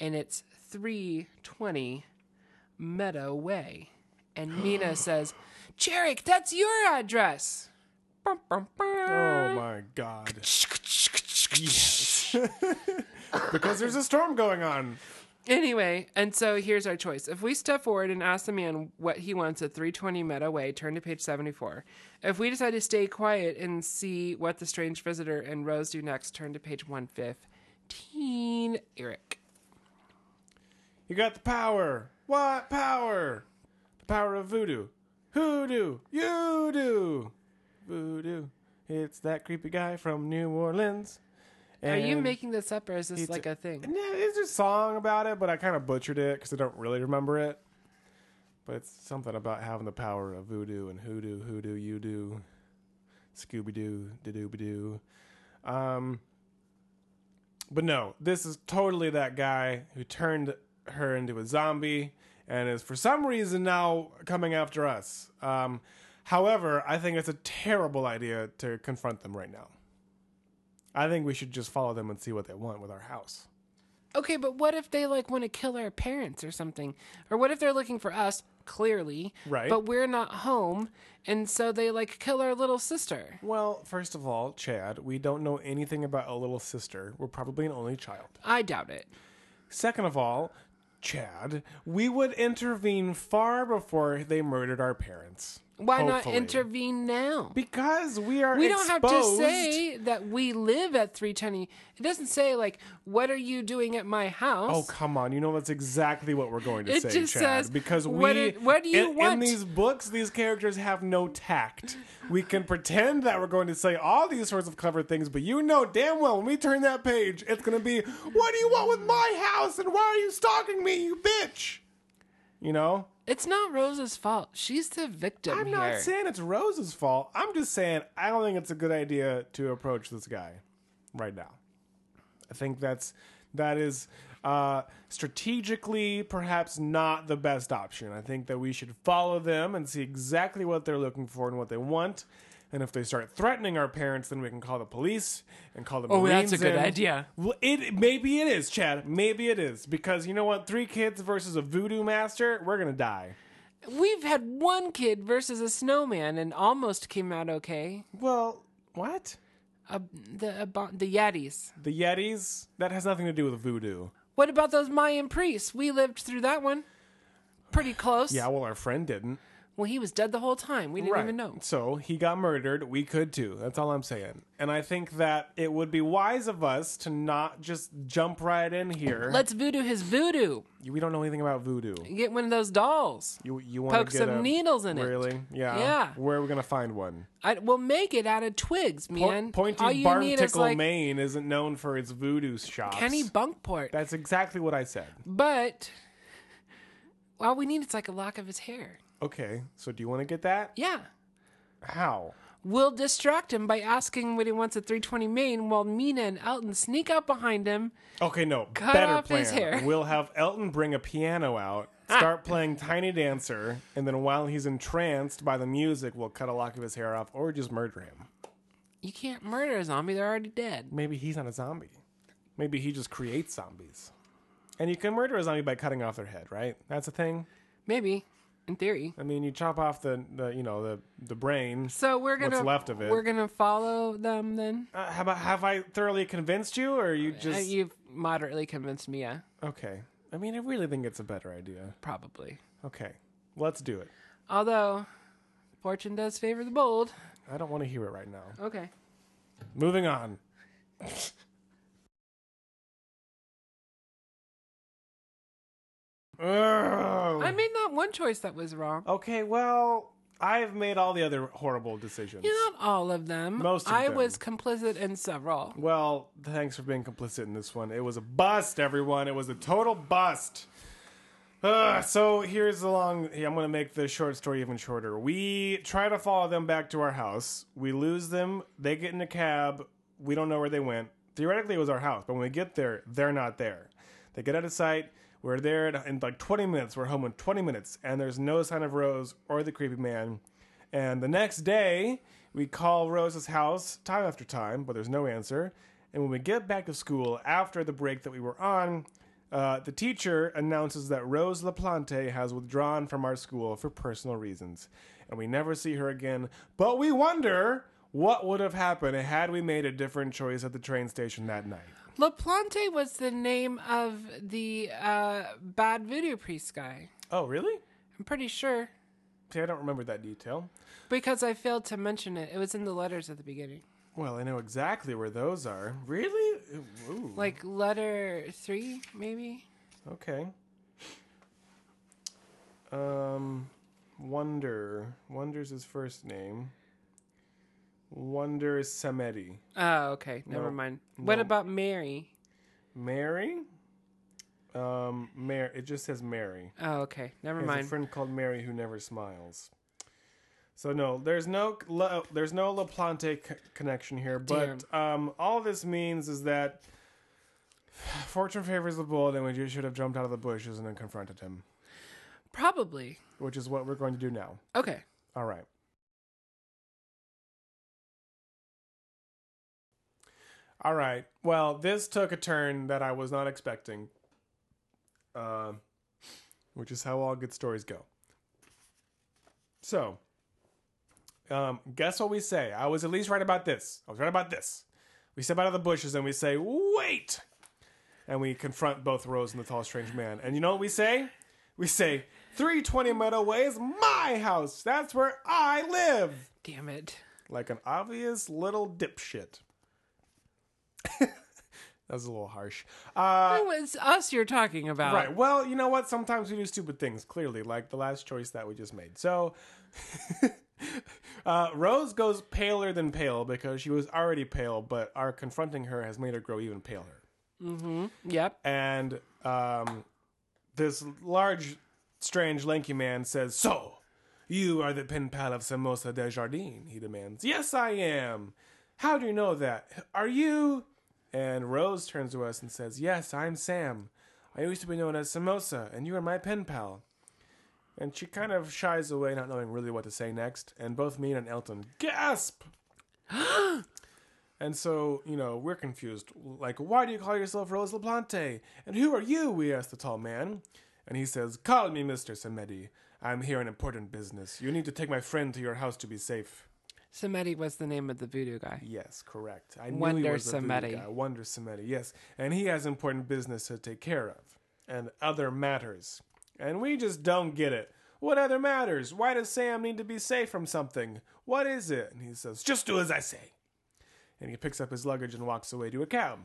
and it's 320 Meadow Way. And Mina says, Jarek, that's your address. Bum, bum, bum.
oh my god. yes. (laughs) because there's a storm going on.
Anyway, and so here's our choice. If we step forward and ask the man what he wants at 320 Meadow Way, turn to page 74. If we decide to stay quiet and see what the strange visitor and Rose do next, turn to page 115. Eric.
You got the power. What power? The power of voodoo. Hoodoo. You do. Voodoo. It's that creepy guy from New Orleans.
Are you
And-
making this up or is this
It's-
like a thing?
Yeah, it's a song about it, but I kind of butchered it because I don't really remember it. But it's something about having the power of voodoo and hoodoo, hoodoo, you do, Scooby Doo, da dooby doo. Um, but no, this is totally that guy who turned her into a zombie and is for some reason now coming after us. Um, however, I think it's a terrible idea to confront them right now. I think we should just follow them and see what they want with our house.
Okay, but what if they like want to kill our parents or something? Or what if they're looking for us, clearly,
Right.
but we're not home, and so they like kill our little sister?
Well, first of all, Chad, we don't know anything about a little sister. We're probably an only child.
I doubt it.
Second of all, Chad, we would intervene far before they murdered our parents.
Why not
Hopefully.
intervene now?
Because we are
we don't have to
exposed.
say that we live at 320. It doesn't say like what are you doing at my house?
Oh come on! You know that's exactly what we're going to
It
say,
just
Chad.
says,
because we,
what do- what do you
in, in
want?
these books, these characters have no tact. We can pretend that we're going to say all these sorts of clever things, but you know damn well when we turn that page, it's going to be, "What do you want with my house? And why are you stalking me, you bitch?" You know.
It's not Rose's fault. She's the victim
I'm
here.
not saying it's Rose's fault. I'm just saying I don't think it's a good idea to approach this guy right now. I think that's that is uh, strategically perhaps not the best option. I think that we should follow them and see exactly what they're looking for and what they want. And if they start threatening our parents, then we can call the police and call the
Oh,
Marines
that's a good
in.
idea.
Well, it maybe it is, Chad. Maybe it is because you know what? Three kids versus a voodoo master, we're gonna die.
We've had one kid versus a snowman and almost came out okay.
Well, what?
Uh, the uh, the Yetis.
The Yetis, that has nothing to do with voodoo.
What about those Mayan priests? We lived through that one. Pretty close.
Yeah, well, our friend didn't.
Well, he was dead the whole time. We didn't even know.
So he got murdered. We could too. That's all I'm saying. And I think that it would be wise of us to not just jump right in here.
Let's voodoo his voodoo.
we don't know anything about voodoo.
Get one of those dolls.
You you want to
Poke
get
some
a-
needles in it.
Really? Yeah.
Yeah.
Where are we gonna find one?
I, we'll make it out of twigs,
Po-
man. All
Pointy
you
Barn
need is
Tickle,
like
Maine isn't known for its voodoo shops.
Kenny Bunkport.
That's exactly what I said.
But all we need is like a lock of his hair.
Okay. So do you want to get that?
Yeah.
How?
We'll distract him by asking what he wants at 320 Main while Mina and Elton sneak up behind him.
Okay, no.
Cut
better
off
plan.
his hair. Ah.
We'll have Elton bring a piano out, start playing Tiny Dancer, and then while he's entranced by the music, we'll cut a lock of his hair off or just murder him.
You can't murder a zombie, they're already dead.
Maybe he's not a zombie. Maybe he just creates zombies. And you can murder a zombie by cutting off their head, right? That's a thing.
Maybe, in theory.
I mean, you chop off the, the you know the the brain.
So we're gonna
What's left of it.
We're gonna follow them then.
Uh, have, I, have I thoroughly convinced you, or are you
Uh,
just
You've moderately convinced me, yeah,
okay? I mean, I really think it's a better idea.
probably.
Okay, let's do it.
Although fortune does favor the bold.
I don't want to hear it right now.
Okay.
Moving on. Ugh.
I made that one choice that was wrong.
okay, well, I've made all the other horrible decisions.
Yeah, Not all of them.
Most of
I
them.
was complicit in several.
Well, thanks for being complicit in this one. It was a bust, everyone. It was a total bust. Ugh, so here's the long. yeah, I'm going to make the short story even shorter. We try to follow them back to our house. We lose them. They get in a cab. We don't know where they went. Theoretically, it was our house, but when we get there, they're not there. They get out of sight. We're there in- in like 20 minutes. We're home in 20 minutes, and there's no sign of Rose or the creepy man. And the next day, we call Rose's house time after time, but there's no answer. And when we get back to school after the break that we were on, uh, the teacher announces that Rose LaPlante has withdrawn from our school for personal reasons, and we never see her again. But we wonder what would have happened had we made a different choice at the train station that night.
LaPlante was the name of the uh, bad voodoo priest guy.
Oh, really?
I'm pretty sure
See, I don't remember that detail.
because I failed to mention it. It was in the letters at the beginning,
Well, I know exactly where those are. Really? Ooh.
like letter three, maybe.
Okay. Um, Wonder. Wonder's his first name. Wonder Samedi.
Oh, okay. Never
No.
mind. What about Mary?
Mary. Um, Mary. It just says Mary.
Oh, okay. Never
He has a
mind.
friend called Mary who never smiles. So no, there's no La, there's no LaPlante c- connection here. But um, all this means is that (sighs) fortune favors the bold, and we just should have jumped out of the bushes and then confronted him,
Probably.
which is what we're going to do now.
Okay.
All right. All right. Well, this took a turn that I was not expecting, uh, which is how all good stories go. So, um, guess what we say? I was at least right about this. I was right about this. We step out of the bushes and we say, "Wait!" And we confront both Rose and the tall strange man. And you know what we say? We say, "320 Meadow Way is my house. That's where I live."
Damn it.
like an obvious little dipshit. (laughs) that was a little harsh. Uh,
It was us you're talking about.
right. Well, you know what? Sometimes we do stupid things, clearly, like the last choice that we just made. So, (laughs) uh, Rose goes paler than pale because she was already pale, but our confronting her has made her grow even paler.
Yep.
And um, this large, strange, lanky man says, So, you are the pen pal of Samosa Desjardins, he demands. Yes, I am. How do you know that? Are you? And Rose turns to us and says, Yes, I'm Sam. I used to be known as Samosa, and you are my pen pal. And she kind of shies away, not knowing really what to say next. And both me and Elton gasp. and so, you know, we're confused. Like, why do you call yourself Rose LaPlante? And who are you? We ask the tall man. And he says, Call me Mr. Samedi. I'm here on important business. You need to take my friend to your house to be safe.
Samedi was the name of the voodoo guy.
Yes, correct. I knew
Wonder
he was a voodoo
Samedi.
guy. Wonder Samedi, yes. And he has important business to take care of and other matters. And we just don't get it. What other matters? Why does Sam need to be safe from something? What is it? And he says, Just do as I say. And he picks up his luggage and walks away to a cab.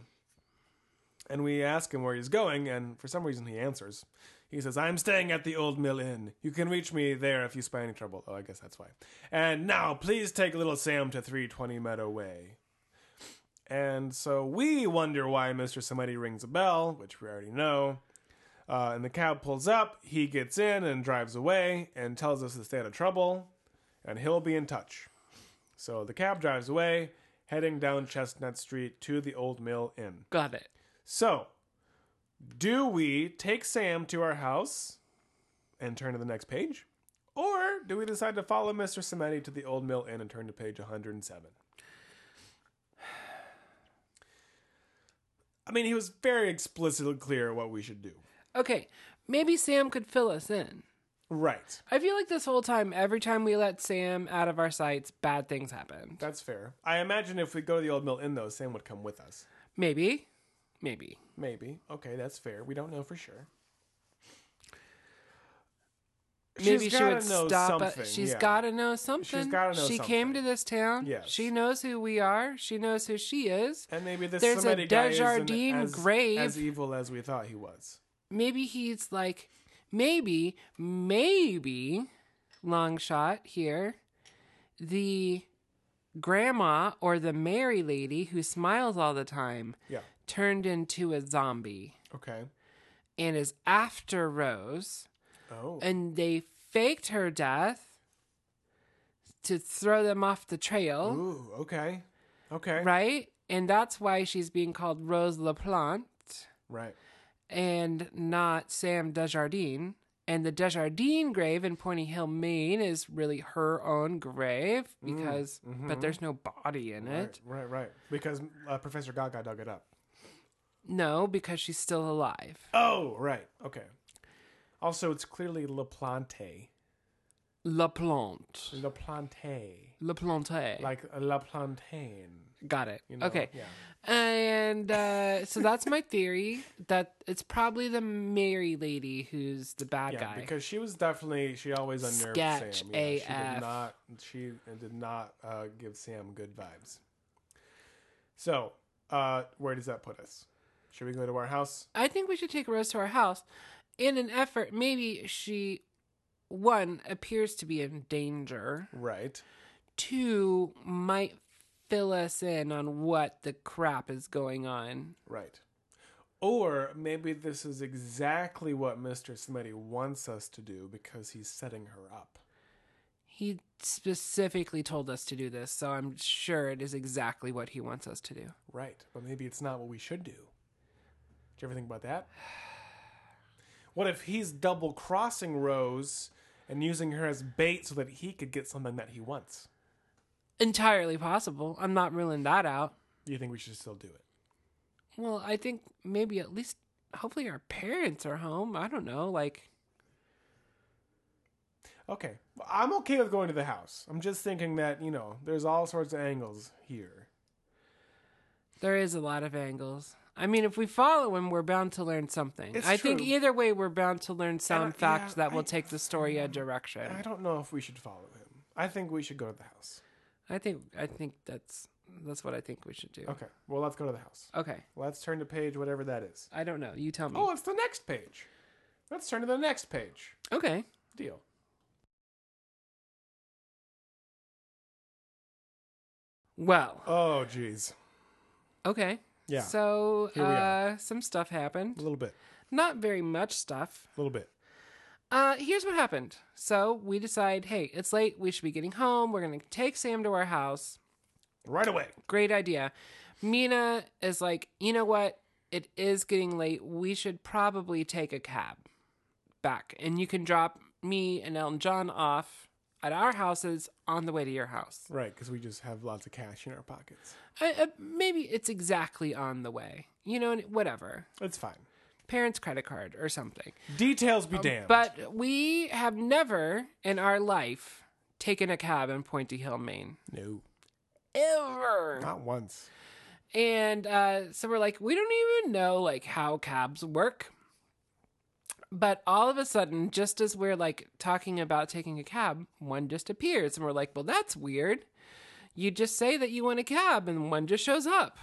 And we ask him where he's going, and for some reason he answers. He says, I'm staying at the Old Mill Inn. You can reach me there if you spy any trouble. Oh, I guess that's why. And now, please take little Sam to 320 Meadow Way. And so we wonder why Mr. Somebody rings a bell, which we already know. Uh, and the cab pulls up, he gets in and drives away and tells us to stay out of trouble, and he'll be in touch. So the cab drives away, heading down Chestnut Street to the Old Mill Inn.
Got it.
So, do we take Sam to our house and turn to the next page? Or do we decide to follow Mr. Samedi to the Old Mill Inn and turn to page 107? (sighs) I mean, he was very explicitly clear what we should do.
Okay, maybe Sam could fill us in.
Right.
I feel like this whole time, every time we let Sam out of our sights, bad things happened.
That's fair. I imagine if we go to the Old Mill Inn, though, Sam would come with us.
Maybe. Maybe.
Maybe. Okay, that's fair. We don't know for sure.
Maybe she would
gotta know
stop.
something,
Us. She's
yeah.
got to know something.
gotta know
She came to
something.
this town.
Yes.
She knows who we are. She knows who she is.
And maybe this
There's a
Samedi guy isn't
Desjardins
as,
grave.
as evil as we thought he was.
Maybe he's like, maybe, maybe, long shot here, the grandma or the merry lady who smiles all the time
Yeah.
turned into a zombie
Okay.
and is after Rose.
Oh.
and they faked her death to throw them off the trail,
Ooh, okay. Okay. Right.
right? And that's why she's being called Rose LaPlante and not Sam Desjardins. And the Desjardins grave in Pointy Hill, Maine is really her own grave because, but there's no body in it.
Mm, mm-hmm. Right, right, right. Because uh, Professor Gaga dug it up.
No, because she's still alive.
Oh, right. Okay. Also, it's clearly LaPlante.
LaPlante.
LaPlante.
LaPlante.
Like uh, La Plantaine.
Got it.
You know?
okay.
Yeah.
And uh, so that's my theory that it's probably the Mary lady who's the bad
Yeah,
guy.
because she was definitely she always unnerved
Sketch
Sam. Yeah, She
AF.
did not she did not uh, give Sam good vibes. So, uh, where does that put us? Should we go to our house?
I think we should take Rose to our house in an effort. Maybe she, one, appears to be in danger,
Right.
two, might fill us in on what the crap is going on.
Right. Or maybe this is exactly what Mr. Smitty wants us to do because he's setting her up.
He specifically told us to do this, so I'm sure it is exactly what he wants us to do.
Right. But maybe it's not what we should do. Did you ever think about that? (sighs) What if he's double crossing Rose and using her as bait so that he could get something that he wants?
Entirely possible. I'm not ruling that out.
Do you think we should still do it?
Well, I think maybe at least hopefully our parents are home. I don't know, like
Okay. Well, I'm okay with going to the house. I'm just thinking that, you know, there's all sorts of angles here.
there is a lot of angles. I mean, if we follow him, we're bound to learn something.
It's
I think
true.
either way, we're bound to learn some
yeah,
facts that will
I-
take the story a
I
direction.
don't know if we should follow him. I think we should go to the house.
I think I think that's that's what I think we should do.
Okay. Well, let's go to the house.
Okay,
Let's turn to page whatever that is.
I don't know. You tell me.
Oh, it's the next page. Let's turn to the next page.
Okay.
Deal.
Well,
Oh, jeez.
okay.
Yeah.
So
Here we are.
uh, some stuff
a
happened.
little bit.
Not very much stuff.
A little bit.
Uh, here's what happened. So we decide, hey, it's late. We should be getting home. We're going to take Sam to our house.
Right away.
Great idea. Mina is like, you know what? It is getting late. We should probably take a cab back. And you can drop me and Elton John off at our houses on the way to your house.
Right, because we just have lots of cash in our pockets.
I, uh, maybe it's exactly on the way. You know, whatever.
It's fine.
Parents' credit card or something.
Details be damned.
Um, But we have never in our life taken a cab in Pointy Hill, Maine.
no,
Ever.
not once.
And uh, so we're like, we don't even know like how cabs work. But all of a sudden, just as we're like talking about taking a cab, one just appears and we're like, well, that's weird. You just say that you want a cab and one just shows up.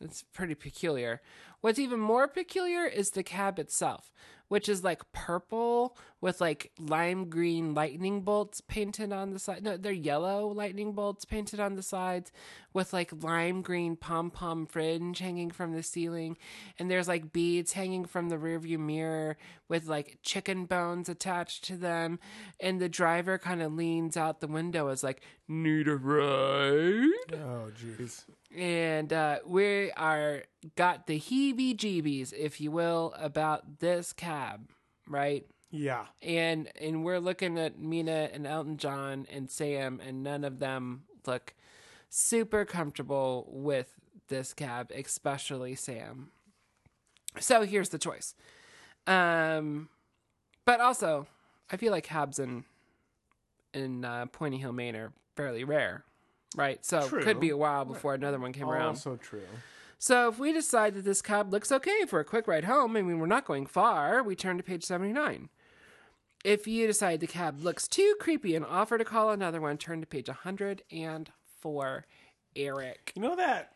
It's pretty peculiar. What's even more peculiar is the cab itself, which is like purple with like lime green lightning bolts painted on the side. No, they're yellow lightning bolts painted on the sides with like lime green pom pom fringe hanging from the ceiling. And there's like beads hanging from the rearview mirror with like chicken bones attached to them. And the driver kind of leans out the window, is like, Need a ride?
Oh, jeez.
and uh, we are got the heebie jeebies, if you will, about this cab, right?
Yeah.
And and we're looking at Mina and Elton John and Sam, and none of them look super comfortable with this cab, especially Sam. So here's the choice. Um, but also, I feel like cabs in in uh, Pointy Hill Maine are fairly rare, right? So it could
True.
be a while before another one came around.
Also true.
So if we decide that this cab looks okay for a quick ride home, I mean, we're not going far, we turn to page 79. If you decide the cab looks too creepy and offer to call another one, turn to page 104. Eric.
You know that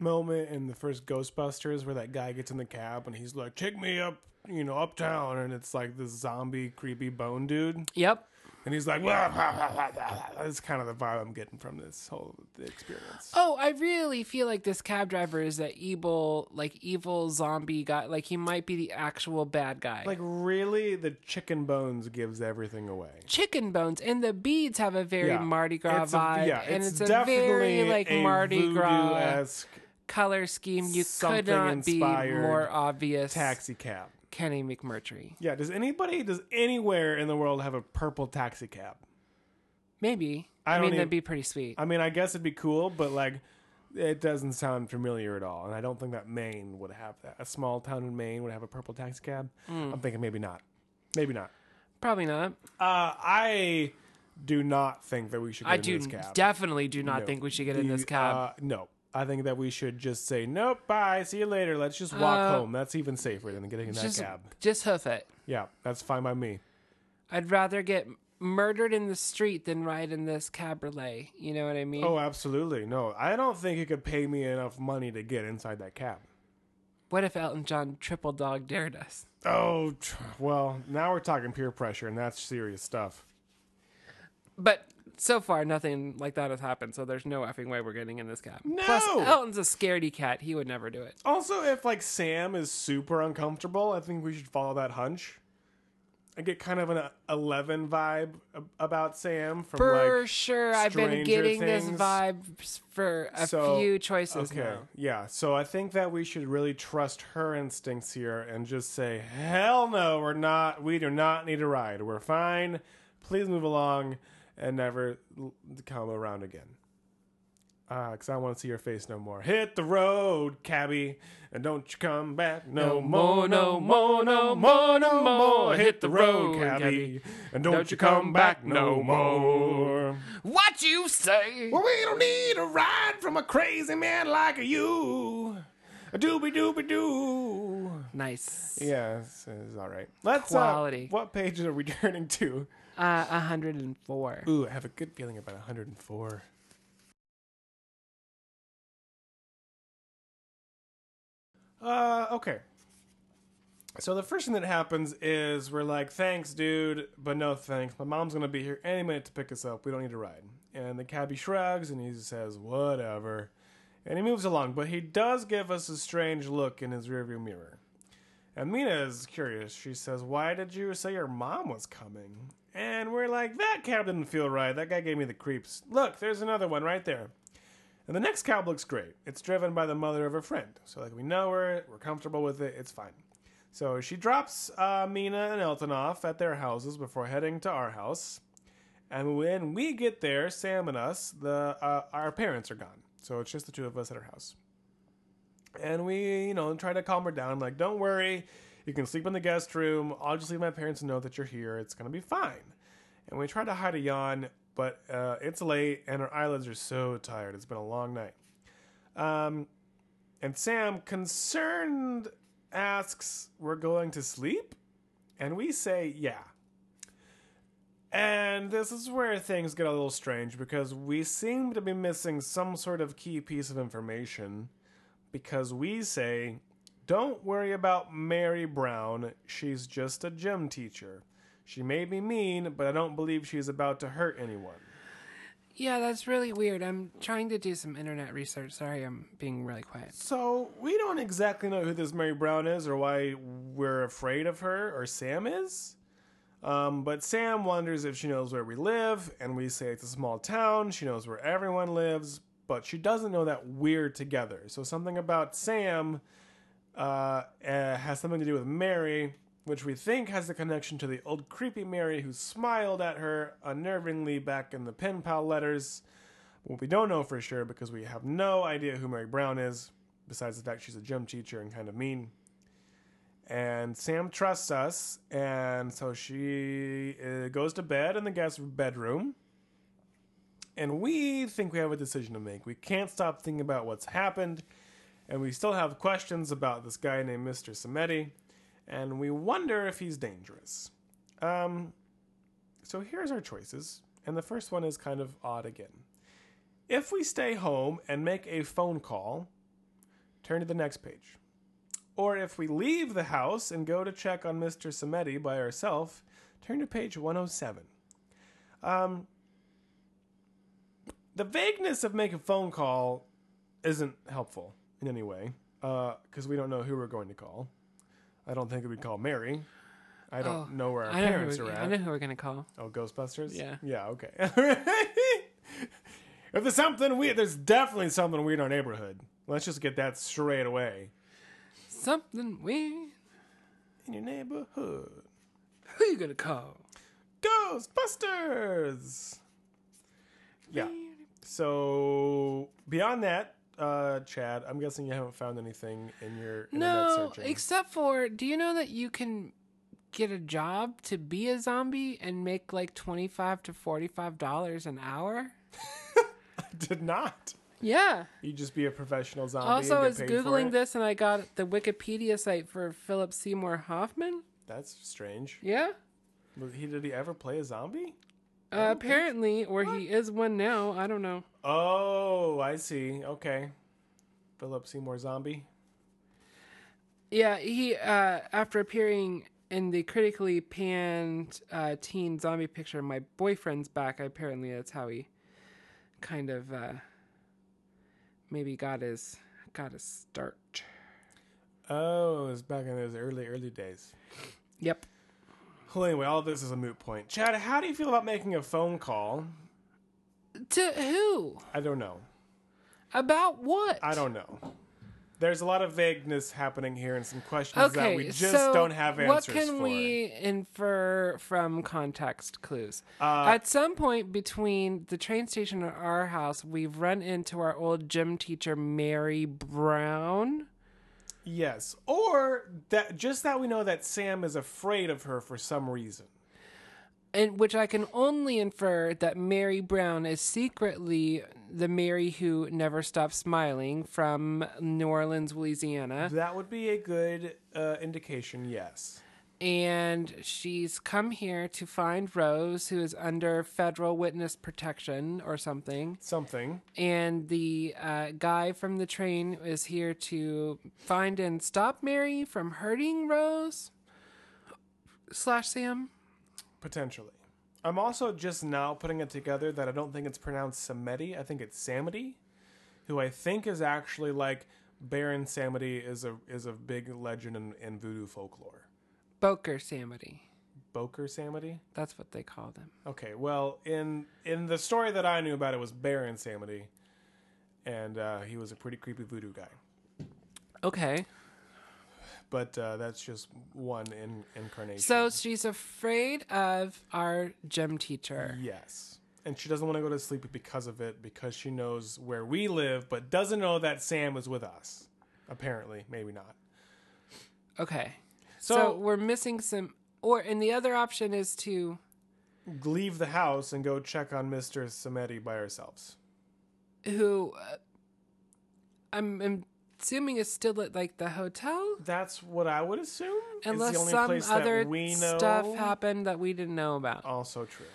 moment in the first Ghostbusters where that guy gets in the cab and he's like, "Take me up, you know, uptown," and it's like this zombie, creepy bone dude,
Yep.
and he's like, (laughs) "Wah, wah, wah, wah, wah." "That's kind of the vibe I'm getting from this whole experience."
Oh, I really feel like this cab driver is that evil, like evil zombie guy. Like he might be the actual bad guy.
Like really, the chicken bones gives everything away.
chicken bones and the beads have a very
Yeah.
Mardi Gras
It's a-
vibe.
yeah,
and it's, a
definitely
very like
a
Mardi Gras
voodoo-esque
color scheme. You could
something
not be
inspired
more obvious.
taxi cab.
Kenny McMurtry.
Yeah, does anybody, does anywhere in the world have a purple taxi cab?
Maybe.
I
I,
don't
mean,
even-
that'd be pretty sweet.
I mean, I guess it'd be cool, but like, it doesn't sound familiar at all. And I don't think that Maine would have that. A small town in Maine would have a purple taxi cab.
Hmm.
I'm thinking maybe not. Maybe not.
Probably not.
Uh, I do not think that we should. Get
I do
into this cab.
definitely do not
No.
think we should get in
The,
this cab.
Uh, no. I think that we should just say nope, bye, see you later. Let's just walk
Uh,
home. That's even safer than getting in that
just,
cab.
just hoof it.
Yeah, that's fine by me.
I'd rather get murdered in the street than ride in this cabriolet. You know what I mean?
Oh, absolutely. No, I don't think you could pay me enough money to get inside that cab.
What if Elton John triple dog dared us?
Oh, tr- well, now we're talking peer pressure, and that's serious stuff.
But so far, nothing like that has happened, so there's no effing way we're getting in this cab.
No!
Plus, Elton's a scaredy cat. He would never do it.
Also, if like Sam is super uncomfortable, I think we should follow that hunch. I get kind of an uh, eleven vibe ab- about Sam from
For
like
sure, I've been
Stranger
getting this
Things.
vibe for a
So,
few choices
okay,
now.
yeah. So I think that we should really trust her instincts here and just say, "Hell no, we're not. We do not need a ride. We're fine. Please move along and never l- come around again." Because I want to see your face no more. Hit the road, cabbie, and don't you come back no, more, no more, no more, no more. Hit the road, cabbie, and don't, you come back no more.
What you say?
Well, we don't need a ride from a crazy man like you. A doobie doobie doo.
Nice.
Yeah, it's, it's all right. Let's.
Quality.
Uh, what pages are we (laughs) turning to?
Uh, 104.
Ooh, I have a good feeling about 104. Uh, okay. So the first thing that happens is we're like, thanks, dude, but no thanks. My mom's gonna be here any minute to pick us up. We don't need a ride. And the cabbie shrugs and he says, whatever. And he moves along, but he does give us a strange look in his rearview mirror. And Mina is curious. She says, Why did you say your mom was coming? And we're like, That cab didn't feel right. That guy gave me the creeps. Look, there's another one right there. And the next cab looks great. It's driven by the mother of her friend. So, like, we know her, we're comfortable with it, it's fine. So she drops uh, Mina and Elton off at their houses before heading to our house. And when we get there, Sam and us, the uh, our parents are gone. So it's just the two of us at our house. And we, you know, try to calm her down. I'm like, don't worry. You can sleep in the guest room. I'll just leave my parents know that you're here. It's going to be fine. And we try to hide a yawn, but uh, it's late and her eyelids are so tired. It's been a long night. Um, and Sam, concerned, asks, We're going to sleep? And we say, yeah. And this is where things get a little strange because we seem to be missing some sort of key piece of information because we say, don't worry about Mary Brown. She's just a gym teacher. She may be mean, but I don't believe she's about to hurt anyone.
Yeah, that's really weird. I'm trying to do some internet research. Sorry, I'm being really quiet.
So we don't exactly know who this Mary Brown is or why we're afraid of her or Sam is. Um, but Sam wonders if she knows where we live, and we say it's a small town. She knows where everyone lives, but she doesn't know that we're together. So something about Sam uh, uh, has something to do with Mary, which we think has a connection to the old creepy Mary who smiled at her unnervingly back in the pen pal letters. What we don't know for sure because we have no idea who Mary Brown is, besides the fact she's a gym teacher and kind of mean. And Sam trusts us, and so she uh, goes to bed in the guest bedroom. And we think we have a decision to make. We can't stop thinking about what's happened, and we still have questions about this guy named Mr. Samedi, and we wonder if he's dangerous. Um, so here's our choices, and the first one is kind of odd again. If we stay home and make a phone call, turn to the next page. Or if we leave the house and go to check on Mr. Samedi by ourselves, turn to page 107. Um, the vagueness of make a phone call isn't helpful in any way because we don't know who we're going to call. I don't think we call Mary. I don't
Oh,
know where our
I know, who
parents
we're,
are
I
at.
know who we're gonna call.
Oh, Ghostbusters.
Yeah.
Yeah. Okay. (laughs) if there's something weird, there's definitely something weird in our neighborhood. Let's just get that straight away.
Something weird.
In your neighborhood,
Who you gonna call?
Ghostbusters. Yeah. So beyond that, uh, Chad, I'm guessing you haven't found anything in your internet
No,
searching.
except for do you know that you can get a job to be a zombie and make like twenty five to forty five dollars an hour?
(laughs) Did not.
Yeah.
You just be a professional zombie.
also, I
and
was
get paid for
googling
it?
this and I got the Wikipedia site for Philip Seymour Hoffman.
That's strange.
Yeah.
Was he- Did he ever play a zombie?
Uh, apparently, or he is one now. I don't know.
Oh, I see. Okay. Philip Seymour Zombie.
Yeah, he uh, after appearing in the critically panned uh, teen zombie picture "My Boyfriend's Back," apparently that's how he kind of uh, maybe got his got his start.
Oh, it was back in those early, early days.
Yep.
Well, anyway, all this is a moot point. Chad, how do you feel about making a phone call?
To who?
I don't know.
About what?
I don't know. There's a lot of vagueness happening here and some questions that we just don't have
What
answers
can
for.
we infer from context clues?
Uh,
At some point between the train station and our house, we've run into our old gym teacher, Mary Brown.
Yes. Or that just that we know that Sam is afraid of her for some reason.
and which I can only infer that Mary Brown is secretly the Mary who never stops smiling from New Orleans, Louisiana,
That would be a good uh, indication, yes.
and she's come here to find Rose, who is under federal witness protection or something.
Something.
And the uh, guy from the train is here to find and stop Mary from hurting Rose slash Sam.
Potentially. I'm also just now putting it together that I don't think it's pronounced Samedi. I think it's Samedi, who I think is actually like Baron Samedi is a is a big legend in, in voodoo folklore.
Boker Samity.
Boker Samedi.
That's what they call them.
Okay, well in in the story that I knew about it was Baron Samedi, and uh, he was a pretty creepy voodoo guy.
Okay.
But uh, that's just one in, incarnation.
So she's afraid of our gym teacher.
Yes. And she doesn't want to go to sleep because of it, because she knows where we live, but doesn't know that Sam is with us. Apparently, maybe not.
Okay. So,
So,
we're missing some or and the other option is to
leave the house and go check on Mr. Samedi by ourselves.
who uh, I'm, I'm assuming is still at like the hotel.
That's what I would assume.
Unless
only
some
place that
other
we know.
stuff happened that we didn't know about.
Also true.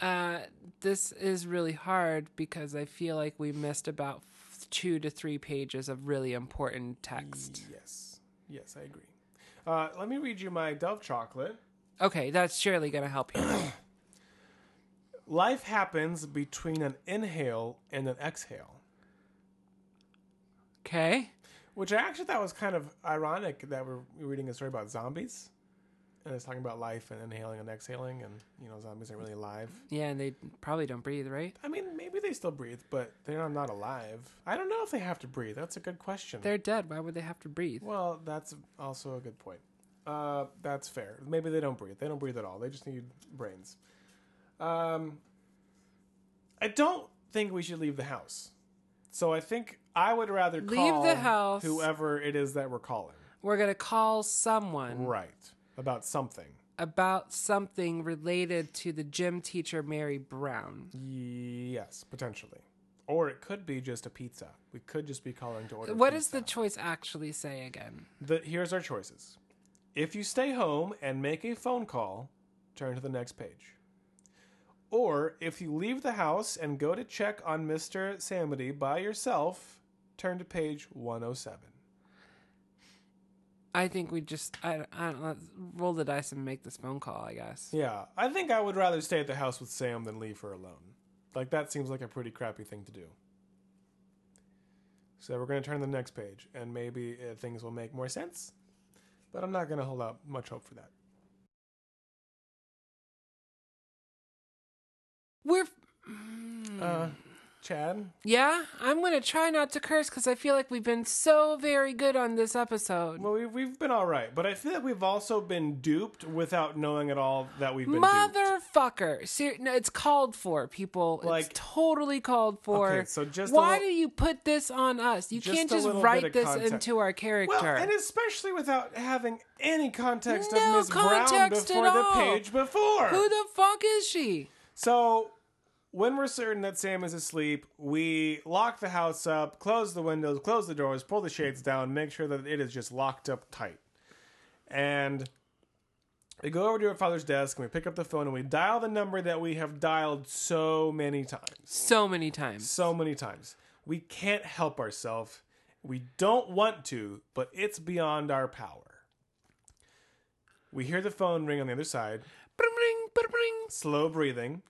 Uh, this is really hard because I feel like we missed about f- two to three pages of really important text.
Yes. Yes, I agree. Uh, let me read you my Dove chocolate.
Okay, that's surely going to help you. (coughs)
Life happens between an inhale and an exhale,
okay.
which I actually thought was kind of ironic that we're reading a story about zombies. And it's talking about life and inhaling and exhaling, and you know, zombies aren't really alive.
Yeah, and they probably don't breathe, right?
I mean, maybe they still breathe, but they're not alive. I don't know if they have to breathe. That's a good question.
They're dead. Why would they have to breathe?
Well, that's also a good point. Uh, that's fair. Maybe they don't breathe. They don't breathe at all. They just need brains. Um, I don't think we should leave the house. So I think I would rather
Leave
call
the house.
whoever it is that we're calling.
We're going to call someone
Right. About something.
about something related to the gym teacher, Mary Brown.
Yes, potentially. Or it could be just a pizza. We could just be calling to order.
What does the
pizza.
choice actually say again?
The, here's our choices. If you stay home and make a phone call, turn to the next page. Or if you leave the house and go to check on Mr. Samity by yourself, turn to page 107.
I think we just I, I don't know, roll the dice and make this phone call. I guess.
Yeah, I think I would rather stay at the house with Sam than leave her alone. Like, that seems like a pretty crappy thing to do. So, we're going to turn to the next page, and maybe uh, things will make more sense. But I'm not going to hold out much hope for that.
We're Hmm.
Uh, Chad?
yeah. I'm gonna try not to curse because I feel like we've been so very good on this episode.
Well, we've, we've been all right, but I feel like we've also been duped without knowing at all that we've been duped.
Motherfucker! Ser- no, it's called for, people.
Like-
it's totally called for.
Okay, so just a
why
little-
do you put this on us? You
Just
can't
a
just
little bit
write
of
this
context.
into our character.
Well, and especially without having any context
No
of Miss Brown
context
before
at
the
all.
page before.
Who the fuck is she?
so when we're certain that Sam is asleep, we lock the house up, close the windows, close the doors, pull the shades down, make sure that it is just locked up tight. And we go over to her father's desk and we pick up the phone and we dial the number that we have dialed so many times.
So many times.
so many times. We can't help ourselves. We don't want to, but it's beyond our power. We hear the phone ring on the other side,
Bring, bring, bring.
slow breathing,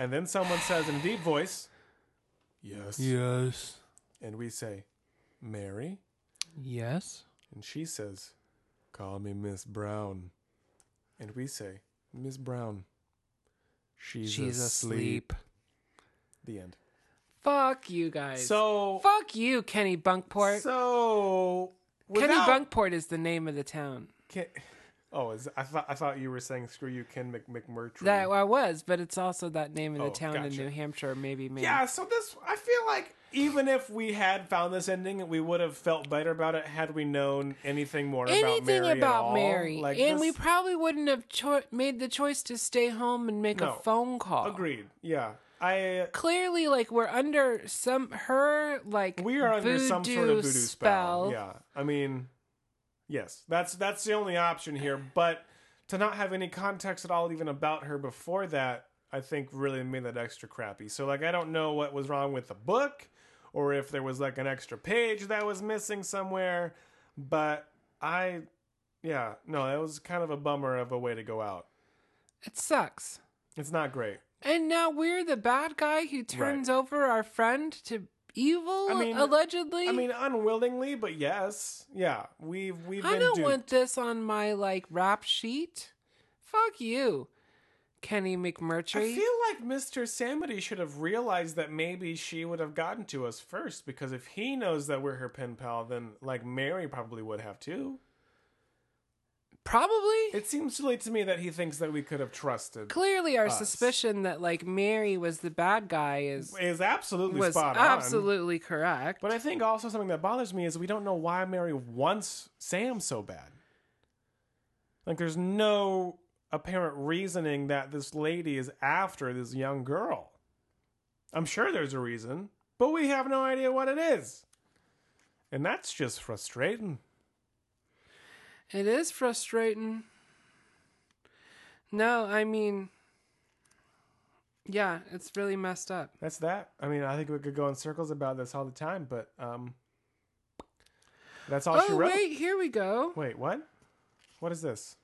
and then someone says in a deep voice, Yes.
Yes.
And we say, Mary?
Yes.
And she says, Call me Miss Brown. And we say, Miss Brown. She's,
She's asleep.
asleep. The end.
Fuck you guys.
So,
fuck you, Kenny Bunkport.
so
Kenny
without-
Bunkport is the name of the town.
Ken, oh, is, I thought I thought you were saying screw you, Ken Mc, McMurtry.
That I was, but it's also that name of the
Oh,
town in
gotcha.
New Hampshire. Maybe, maybe.
yeah. So this, I feel like even if we had found this ending, we would have felt better about it had we known anything more about
Anything
Mary. at
about
all.
Mary,
Like,
and we
this-
probably wouldn't have cho- made the choice to stay home and make
No.
a phone call.
agreed. Yeah, I
Clearly, like we're under some her like
we are under some sort of voodoo
spell.
spell. Yeah, I mean, yes, that's that's the only option here. But to not have any context at all, even about her before that, I think really made that extra crappy. So like, I don't know what was wrong with the book, or if there was like an extra page that was missing somewhere. But I, yeah, no, that was kind of a bummer of a way to go out.
It sucks.
It's not great.
And now we're the bad guy who turns over our friend to evil,
I mean-
allegedly.
I mean, unwillingly, but yes, yeah, we've we've been
I don't
duped.
want this on my like rap sheet. Fuck you, Kenny
I
McMurtry.
feel like Mr. Samity should have realized that maybe she would have gotten to us first because if he knows that we're her pen pal, then like Mary probably would have too.
Probably.
It seems silly to me that he thinks that we could have trusted.
Clearly, our
us.
suspicion that like Mary was the bad guy is
Is absolutely
was
spot on.
absolutely correct.
But I think also something that bothers me is we don't know why Mary wants Sam so bad. Like there's no apparent reasoning that this lady is after this young girl. I'm sure there's a reason, but we have no idea what it is. And that's just frustrating.
It is frustrating. No, I mean, yeah, it's really messed up.
That's that. I mean, I think we could go in circles about this all the time, but um, that's all she
Oh,
wrote.
wait, here we go.
Wait, what? What is this?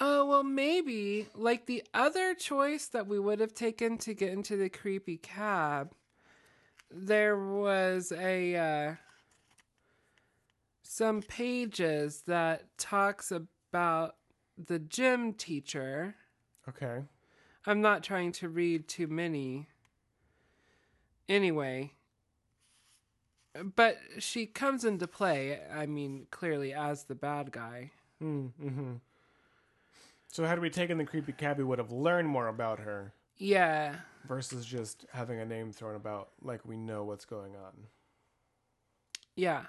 Oh, well, maybe like the other choice that we would have taken to get into the creepy cab, there was a uh, some pages that talks about the gym teacher.
Okay.
I'm not trying to read too many. Anyway, but she comes into play, I mean, clearly as the bad guy.
Mm-hmm. So had we taken the creepy cab, we would have learned more about her
Yeah.
versus just having a name thrown about like we know what's going on.
Yeah.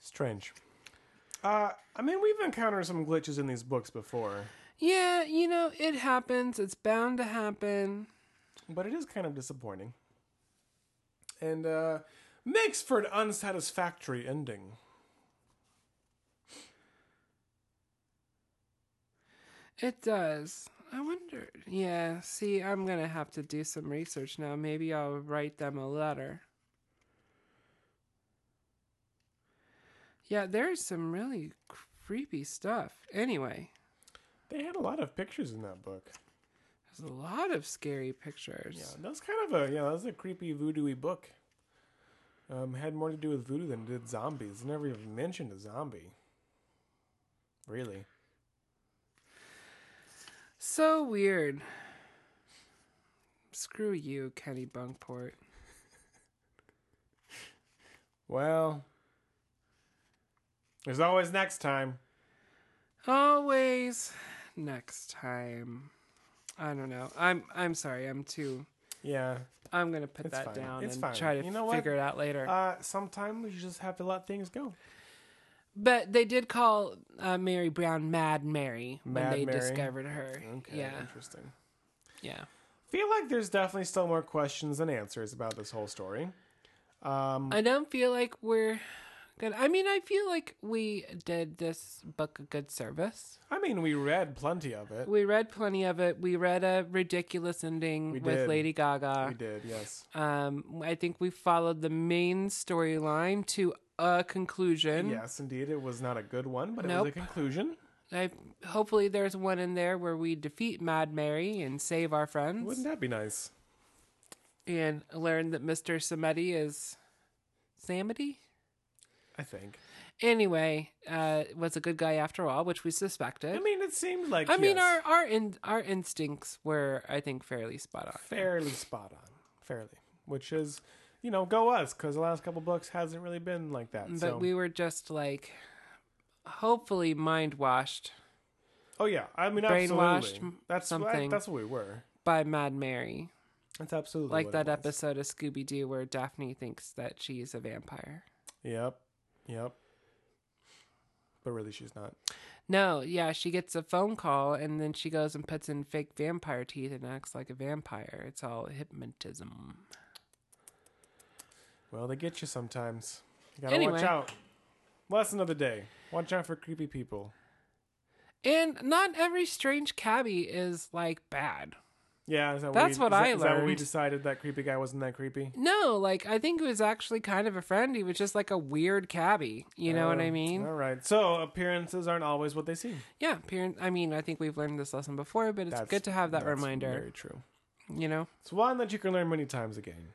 Strange. Uh, I mean, we've encountered some glitches in these books before,
Yeah, you know, it happens. It's bound to happen.
but it is kind of disappointing. And uh, makes for an unsatisfactory ending.
It does. I wonder. Yeah, see, I'm going to have to do some research now. Maybe I'll write them a letter. Yeah, there's some really creepy stuff. Anyway,
They had a lot of pictures in that book.
there's a lot of scary
Yeah,
pictures.
that's kind of a yeah, that's a creepy voodoo-y book. Um, had more to do with voodoo than it did zombies. Never even mentioned a zombie. Really?
So weird. Screw you, Kenny Bunkport.
Well, there's always next time.
always next time i don't know i'm i'm sorry i'm too
Yeah.
i'm gonna put
It's
that
fine.
down
It's
and
fine.
try to
You know what?
figure it out later
Uh, sometimes you just have to let things go.
but they did call uh, mary brown mad mary when
Mad
they
Mary?
discovered her
Okay.
yeah
Interesting.
yeah
Feel like there's definitely still more questions than answers about this whole story. Um,
i don't feel like we're good i mean i feel like we did this book a good service
I mean, we read plenty of it.
we read plenty of it we read a ridiculous ending
We
with
did.
lady gaga
We did, yes.
Um, I think we followed the main storyline to a conclusion.
Yes, indeed. It was not a good one, but it was
Nope.
a conclusion.
I, hopefully, there's one in there where we defeat Mad Mary and save our friends
Wouldn't that be nice?
and learn that Mr. Samedi is Samedi.
I think.
Anyway, uh, was a good guy after all, which we suspected.
I mean, it seemed like
I mean,
yes,
our our in, our instincts were, I think, fairly spot on.
fairly spot on, fairly, which is, you know, go us because the last couple books hasn't really been like that.
But
so.
we were just like, hopefully, mind washed
oh yeah, I mean,
Brainwashed,
absolutely. That's
something.
that's what we were.
by Mad Mary.
That's absolutely
like
what
that
it was.
episode of Scooby Doo where Daphne thinks that she's a vampire.
Yep, yep. But really, she's not.
No, yeah, she gets a phone call and then she goes and puts in fake vampire teeth and acts like a vampire. It's all hypnotism.
Well, they get you sometimes. You gotta
Anyway.
watch out. Lesson of the day: Watch out for creepy people.
And not every strange cabbie is like bad.
Yeah, is that
That's
we,
what
is that-
I
is that what we
learned.
decided that creepy guy wasn't that creepy.
No, like I think it was actually kind of a friend. He was just like a weird cabbie. You know what I
Uh,
mean?
All right. So appearances aren't always what they seem.
Yeah, parent. I mean, I think we've learned this lesson before, but it's
That's-
good to have that
that's
reminder.
Very true.
You know.
It's one that you can learn many times again.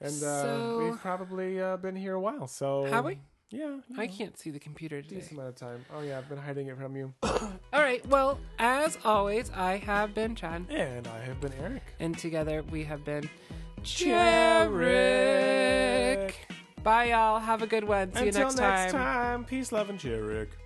And uh,
So-
we've probably uh, been here a while. So
Have we?
Yeah. yeah.
I can't see the computer today.
Decent amount of time. Oh yeah, I've been hiding it from you.
All right. Well, as always, I have been Chan,
and I have been Eric.
and together we have been Jarek.
Jarek.
Bye, y'all. Have a good one. See you
Until
next time.
time, peace, love, and Jerick.